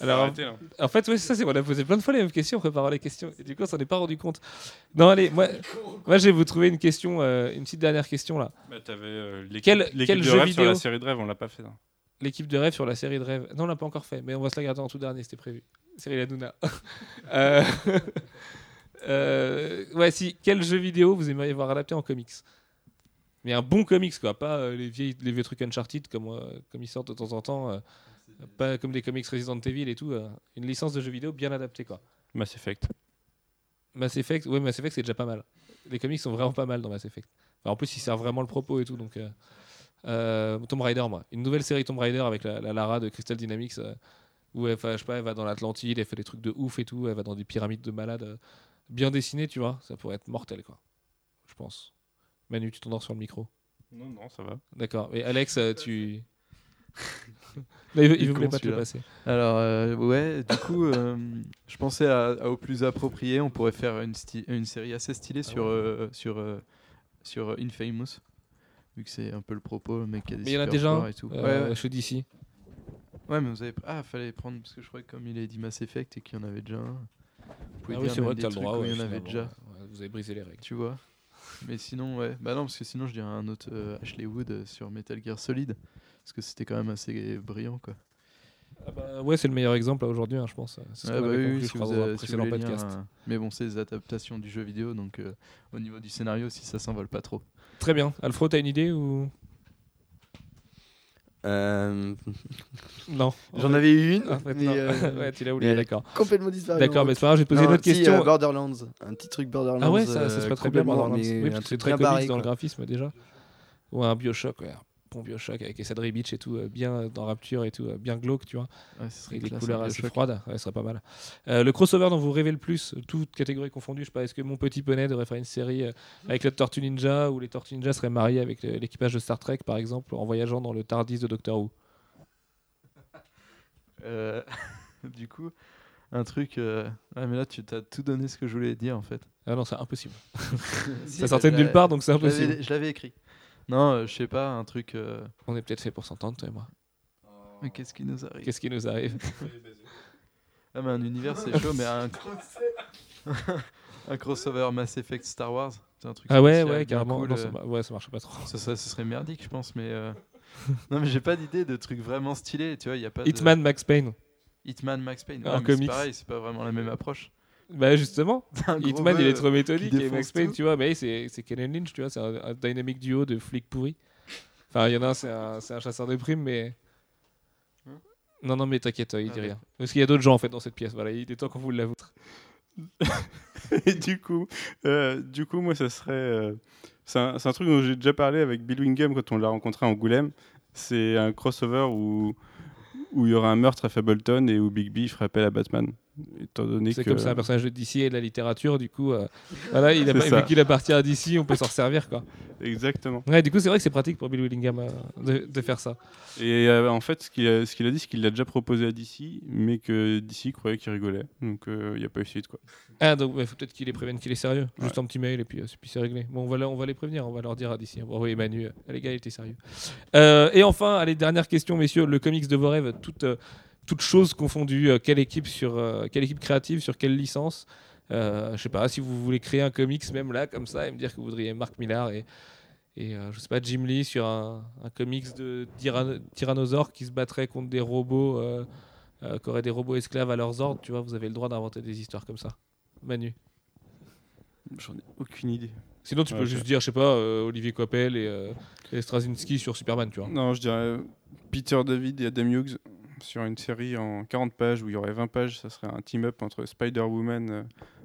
A: Alors,
C: Alors,
A: En fait, oui, c'est ça, c'est on a posé plein de fois les mêmes questions en préparant les questions. Et du coup, on s'en est pas rendu compte. Non, allez, moi, moi je vais vous trouver une question, euh, une petite dernière question là.
C: bah, t'avais euh, l'équipe,
A: Quel-
C: l'équipe
A: quel
C: de
A: jeu
C: rêve sur
A: vidéo
C: la série de rêve, on l'a pas fait. hein.
A: L'équipe de rêve sur la série de rêve. Non, on l'a pas encore fait, mais on va se la garder en tout dernier, c'était prévu. Série Hanouna. euh, euh, ouais, si, quel jeu vidéo vous aimeriez voir adapté en comics Mais un bon comics, quoi, pas euh, les, vieilles, les vieux trucs Uncharted comme, euh, comme ils sortent de temps en temps, euh, pas comme des comics Resident Evil et tout. euh, une licence de jeu vidéo bien adaptée, quoi.
C: Mass Effect.
A: Mass Effect, ouais, Mass Effect c'est déjà pas mal. Les comics sont vraiment pas mal dans Mass Effect. Enfin, en plus, ils servent vraiment le propos et tout, donc euh, Euh, Tomb Raider, moi. Une nouvelle série Tomb Raider avec la, la Lara de Crystal Dynamics. euh, où elle, fait- je sais pas, elle va dans l'Atlantide, elle fait des trucs de ouf et tout. Elle va dans des pyramides de malades. euh, bien dessinées, tu vois. Ça pourrait être mortel, quoi. Je pense. Manu, tu t'endors sur le micro.
C: Non, non, ça va.
A: D'accord. Et Alex, euh, tu. Là, il, veut- il
B: Il est
A: voulait
B: con,
A: pas te le
B: celui-là.
A: passer.
B: Alors, euh, ouais, du coup, euh, je pensais à, à au plus approprié. On pourrait faire une, sti- une série assez stylée sur,
A: Ah ouais.
B: euh, sur, euh, sur euh, Infamous. Vu que c'est un peu le propos, le mec qui a des
A: Mais il y en a
B: super
A: déjà
B: pouvoirs
A: un
B: et tout.
A: euh,
B: Ouais, ouais.
A: chez DC.
B: Ouais, mais vous avez. Ah, fallait prendre, parce que je crois que comme il est dit Mass Effect et qu'il y en avait déjà un. Vous pouvez
A: Ah oui,
B: dire
A: c'est vrai,
B: même
A: que
B: des
A: t'as le
B: trucs
A: droit.
B: où
A: ouais,
B: il y en avait
A: finalement,
B: déjà,
A: ouais. Ouais, Vous avez brisé les règles.
B: tu vois. Mais sinon, ouais. Bah non, parce que sinon, je dirais un autre euh, Ashley Wood euh, sur Metal Gear Solid. Parce que c'était quand même assez brillant, quoi.
A: Ah bah, ouais, c'est le meilleur exemple là, aujourd'hui, hein, je pense. C'est ce
B: Ouais,
A: qu'on
B: bah
A: avait
B: oui,
A: conclu,
B: oui,
A: je
B: si
A: crois,
B: vous
A: dans
B: avez-
A: un
B: si vous
A: précédent
B: voulez lire
A: podcast.
B: un- Mais bon, c'est des adaptations du jeu vidéo, donc euh, au niveau du scénario, si ça s'envole pas trop.
A: Très bien. Alfro, t'as une idée ou
D: Euh,
A: Non.
D: J'en avais eu une,
A: Ah, en fait,
D: mais
A: non.
D: euh,
A: ouais, tu l'as
D: mais
A: oublié,
D: elle est
A: d'accord.
D: complètement disparue.
A: D'accord, mais c'est pas grave, je vais te poser
D: Non,
A: une
D: un
A: autre
D: petit,
A: question.
D: euh, Borderlands, un petit truc Borderlands.
A: ah ouais, ça, ça se
D: euh,
A: passe très bien,
D: complètement,
A: Borderlands.
D: mais
A: Oui,
D: un
A: parce que c'est
D: truc
A: très
D: bien
A: comics
D: barré,
A: dans le
D: quoi.
A: graphisme déjà. Ou un Bioshock, ouais. un Bon Bioshock avec Essa Beach et tout, euh, bien euh, dans Rapture et tout, euh, bien glauque, tu vois.
B: Ouais, ce serait
A: Et des
B: classe, hein,
A: couleurs
B: un
A: assez
B: Bioshock.
A: froides, ouais, ce serait pas mal. Euh, le crossover dont vous rêvez le plus, toutes catégories confondues, je sais pas, est-ce que mon petit poney devrait faire une série euh, avec la Tortue Ninja ou les Tortues Ninja seraient mariés avec euh, l'équipage de Star Trek par exemple en voyageant dans le Tardis de Doctor Who
B: Euh, du coup, un truc. euh, Ouais, mais là, tu t'as tout donné ce que je voulais dire en fait.
A: Ah non, c'est impossible.
B: Si,
A: Ça
B: bah,
A: sortait
B: je
A: de nulle
B: l'avais-
A: part donc c'est
B: je l'avais-
A: impossible.
B: Je l'avais écrit. Non, euh, je sais pas, un truc. euh,
A: On est peut-être fait pour s'entendre, toi et moi.
B: Mais qu'est-ce qui nous arrive
A: Qu'est-ce qui nous arrive
B: Ah, mais un univers, c'est chaud, mais un. un crossover Mass Effect Star Wars. C'est un truc
A: Ah ouais,
B: spécial,
A: ouais,
B: bien
A: carrément.
B: cool,
A: non,
B: euh.
A: ça, mar- ouais, ça marche pas trop.
B: Ce serait, ce serait merdique, je pense, mais. euh, non, mais j'ai pas d'idée de truc vraiment stylé, tu vois. Y a pas de-
A: Hitman Max Payne.
B: Hitman, Max Payne.
A: En
B: Ouais, mais
A: comics.
B: C'est pareil, c'est pas vraiment la même approche.
A: Bah justement,
B: Un gros
A: Hitman il
B: bœuf
A: est trop méthodique
B: qui
A: et Max
B: défonce
A: Payne,
B: tout.
A: tu vois, mais c'est c'est Kellen Lynch, tu vois, c'est un, un dynamique duo de flics pourris. Enfin, il y en a un, c'est un, c'est un chasseur de primes, mais.
B: Hein
A: Non, non, mais t'inquiète, euh, il
B: Ah,
A: dit rien.
B: d'accord.
A: Parce qu'il y a d'autres gens en fait dans cette pièce, voilà, il est temps qu'on vous l'avoue.
C: Et du coup, euh, du coup, moi, ça serait. euh, c'est un, c'est un truc dont j'ai déjà parlé avec Bill Wingham quand on l'a rencontré à Angoulême. C'est un crossover où où il y aura un meurtre à Fableton et où Big B ferait appel à Batman. Étant donné
A: C'est
C: que-
A: comme ça, un personnage de DC et de la littérature, du coup, euh, voilà, il a,
C: C'est ça.
A: vu qu'il appartient à DC, on peut s'en servir quoi.
C: Exactement.
A: Ouais, du coup, c'est vrai que c'est pratique pour Bill Willingham euh, de, de faire ça.
C: Et euh, en fait, ce qu'il a, ce qu'il a dit, c'est qu'il l'a déjà proposé à DC, mais que DC croyait qu'il rigolait. Donc, euh, il n'y a pas eu suite, quoi.
A: Ah, donc ouais, faut peut-être qu'il les prévienne qu'il est sérieux. Juste un petit mail et puis, euh, c'est- puis c'est réglé. Bon, on va, leur- on va les prévenir, on va leur dire à d'ici. On va envoyer Manu. euh, Ah, les gars, il était sérieux. Euh, et enfin, allez, dernière question, messieurs. Le comics de vos rêves, toute, euh, toute chose confondue. euh, quelle, équipe sur, euh, quelle équipe créative, sur quelle licence Euh, Je sais pas, si vous voulez créer un comics, même là, comme ça, et me dire que vous voudriez Marc Millard et. Et euh, je sais pas, Jim Lee sur un, un comics de tyran- tyrannosaure qui se battrait contre des robots, euh, euh, qui auraient des robots esclaves à leurs ordres, tu vois, vous avez le droit d'inventer des histoires comme ça. Manu.
C: J'en ai aucune idée.
A: Sinon, tu peux
C: Ok.
A: juste dire, je sais pas, euh, Olivier Coppel et, euh, et Straczynski sur Superman, tu vois.
C: Non, je dirais euh, Peter David et Adam Hughes sur une série en 40 pages où il y aurait 20 pages. Ça serait un team-up entre Spider-Woman, euh,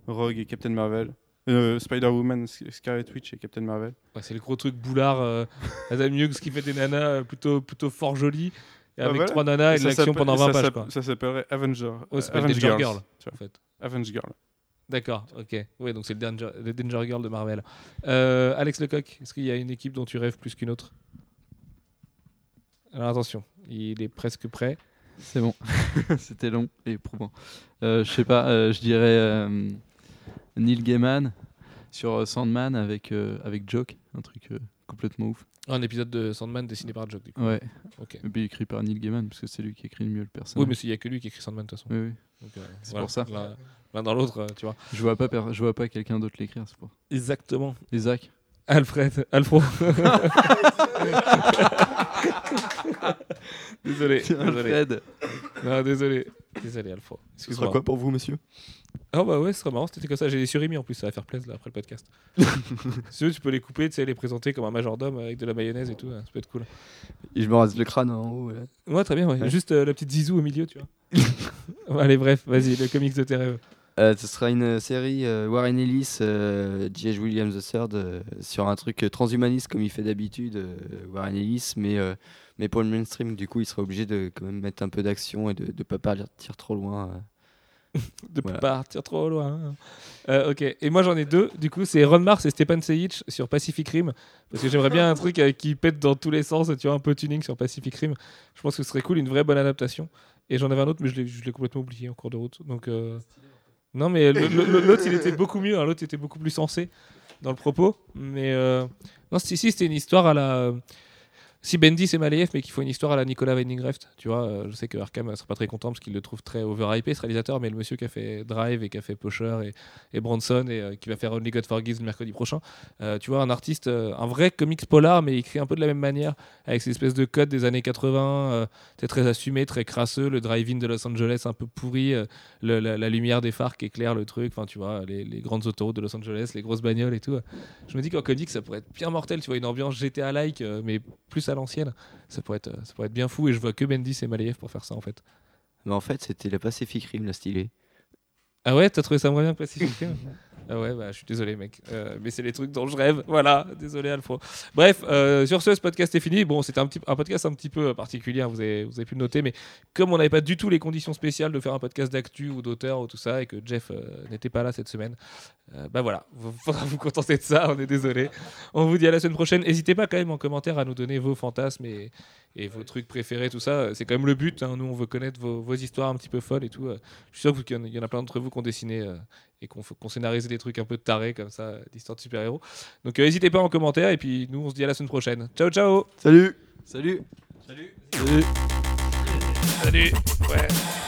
C: Rogue et Captain Marvel. Euh, Spider-Woman, Sc- Scarlet Witch et Captain Marvel.
A: Ouais, c'est le gros truc boulard, euh, Adam Hughes qui fait des nanas euh, plutôt, plutôt fort jolies, et
C: Ah,
A: avec
C: voilà.
A: trois nanas et, de
C: ça
A: l'action
C: s'appelle-
A: pendant
C: et
A: 20
C: ça
A: pages,
C: s'app-
A: quoi. Oh,
C: Ça s'appellerait Avenger.
A: Ouais, ça s'appelle
C: Avenge
A: Danger
C: Girls,
A: Girl.
C: tu vois.
A: En fait.
C: Avenge Girl.
A: D'accord, ok. Oui, donc c'est le Danger, le Danger Girl de Marvel. Euh, Alex Lecoq, est-ce qu'il y a une équipe dont tu rêves plus qu'une autre Alors attention, il est presque prêt.
B: C'est bon. C'était long et éprouvant. Euh, je sais pas, euh, je dirais euh, Neil Gaiman sur euh, Sandman avec, euh, avec Joke, un truc euh, complètement ouf.
A: Un épisode de Sandman dessiné par Jock, du coup.
B: Ouais,
A: Ok.
B: et puis écrit par Neil Gaiman, parce que c'est lui qui écrit le mieux le
A: Oui,
B: personnage.
A: mais il n'y a que lui qui écrit Sandman, de toute façon.
B: Oui, oui.
A: Donc, euh,
B: C'est
A: voilà,
B: pour ça.
A: l'un- L'un dans l'autre, euh, tu vois.
B: Je vois pas, per- je vois pas quelqu'un d'autre l'écrire, c'est pour.
A: Exactement.
B: Isaac
A: Alfred, Alfro. désolé, désolé.
B: Alfred
A: Non, désolé. Désolé, Alfro.
D: Ce sera
A: Excuse-moi.
D: quoi pour vous, monsieur
A: Ah bah ouais, ce serait marrant, c'était comme ça. J'ai les surimi en plus, ça va faire plaisir là, après le podcast. si tu veux, tu peux les couper, tu sais, les présenter comme un majordome avec de la mayonnaise et tout, hein, ça peut être cool.
D: Et je me rase le crâne en haut. là.
A: Ouais, très bien, ouais.
D: Ouais.
A: Juste euh, la petite zizou au milieu, tu vois. Allez, bref, vas-y, le comics de tes rêves.
D: Euh, ce sera une série euh, Warren Ellis, euh, J.H. Williams III, euh, sur un truc euh, transhumaniste comme il fait d'habitude, euh, Warren Ellis, mais, euh, mais pour le mainstream, du coup, il sera obligé de quand même mettre un peu d'action et de ne pas partir trop loin. euh.
A: de
D: Voilà.
A: partir trop loin. Euh, ok, et moi j'en ai deux. Du coup, c'est Ron Mars et Stepan Sejic sur Pacific Rim. Parce que j'aimerais bien un truc euh, qui pète dans tous les sens. Tu vois, un peu tuning sur Pacific Rim. Je pense que ce serait cool, une vraie bonne adaptation. Et j'en avais un autre, mais je l'ai- je l'ai complètement oublié en cours de route. Donc, euh, Non, mais le- le- le- l'autre, il était beaucoup mieux. hein. L'autre était beaucoup plus sensé dans le propos. Mais euh, non, si, si, c'était une histoire à la. euh, Si Bendy c'est Maliev, mais qu'il faut une histoire à la Nicolas Winding Refn, tu vois, euh, je sais que Arkham euh, sera pas très content parce qu'il le trouve très overhypé ce réalisateur, mais le monsieur qui a fait Drive et qui a fait Pusher et, et Bronson et euh, qui va faire Only God Forgives le mercredi prochain, euh, tu vois, un artiste, euh, un vrai comics polar, mais écrit un peu de la même manière, avec ces espèces de codes des années 80, euh, t'es très assumé, très crasseux, le drive-in de Los Angeles un peu pourri, euh, le- la, la lumière des phares qui éclaire le truc, enfin tu vois, les, les grandes autoroutes de Los Angeles, les grosses bagnoles et tout. Je me dis qu'en comics, ça pourrait être bien mortel, tu vois, une ambiance GTA-like, euh, mais plus à l'ancienne. Ça, pourrait être, euh, ça pourrait être bien fou et je vois que Bendis et Maliev pour faire ça en fait.
D: Mais en fait, c'était la Pacific Rim, la stylée.
A: Ah ouais, t'as trouvé ça moyen Pacific Rim Ah ouais, bah, je suis désolé mec, Euh, mais c'est les trucs dont je rêve, voilà, désolé Alfro. Bref, euh, sur ce, ce podcast est fini. Bon, c'était un, petit, un podcast un petit peu particulier, hein, vous avez, vous avez pu le noter, mais comme on n'avait pas du tout les conditions spéciales de faire un podcast d'actu ou d'auteur ou tout ça, et que Jeff euh, n'était pas là cette semaine, euh, bah voilà, vous faudra vous contenter de ça, on est désolé. On vous dit à la semaine prochaine. N'hésitez pas quand même en commentaire à nous donner vos fantasmes et, et vos trucs préférés, tout ça. C'est quand même le but, hein. nous on veut connaître vos, vos histoires un petit peu folles et tout. Euh, Je suis sûr que vous- qu'il y en a- il y en a plein d'entre vous qui ont dessiné euh, et qui ont qu'on scénarisé des trucs un peu tarés comme ça, euh, d'histoires de super-héros. Donc euh, n'hésitez pas en commentaire et puis nous on se dit à la semaine prochaine. Ciao ciao
D: Salut
B: Salut
A: Salut Ouais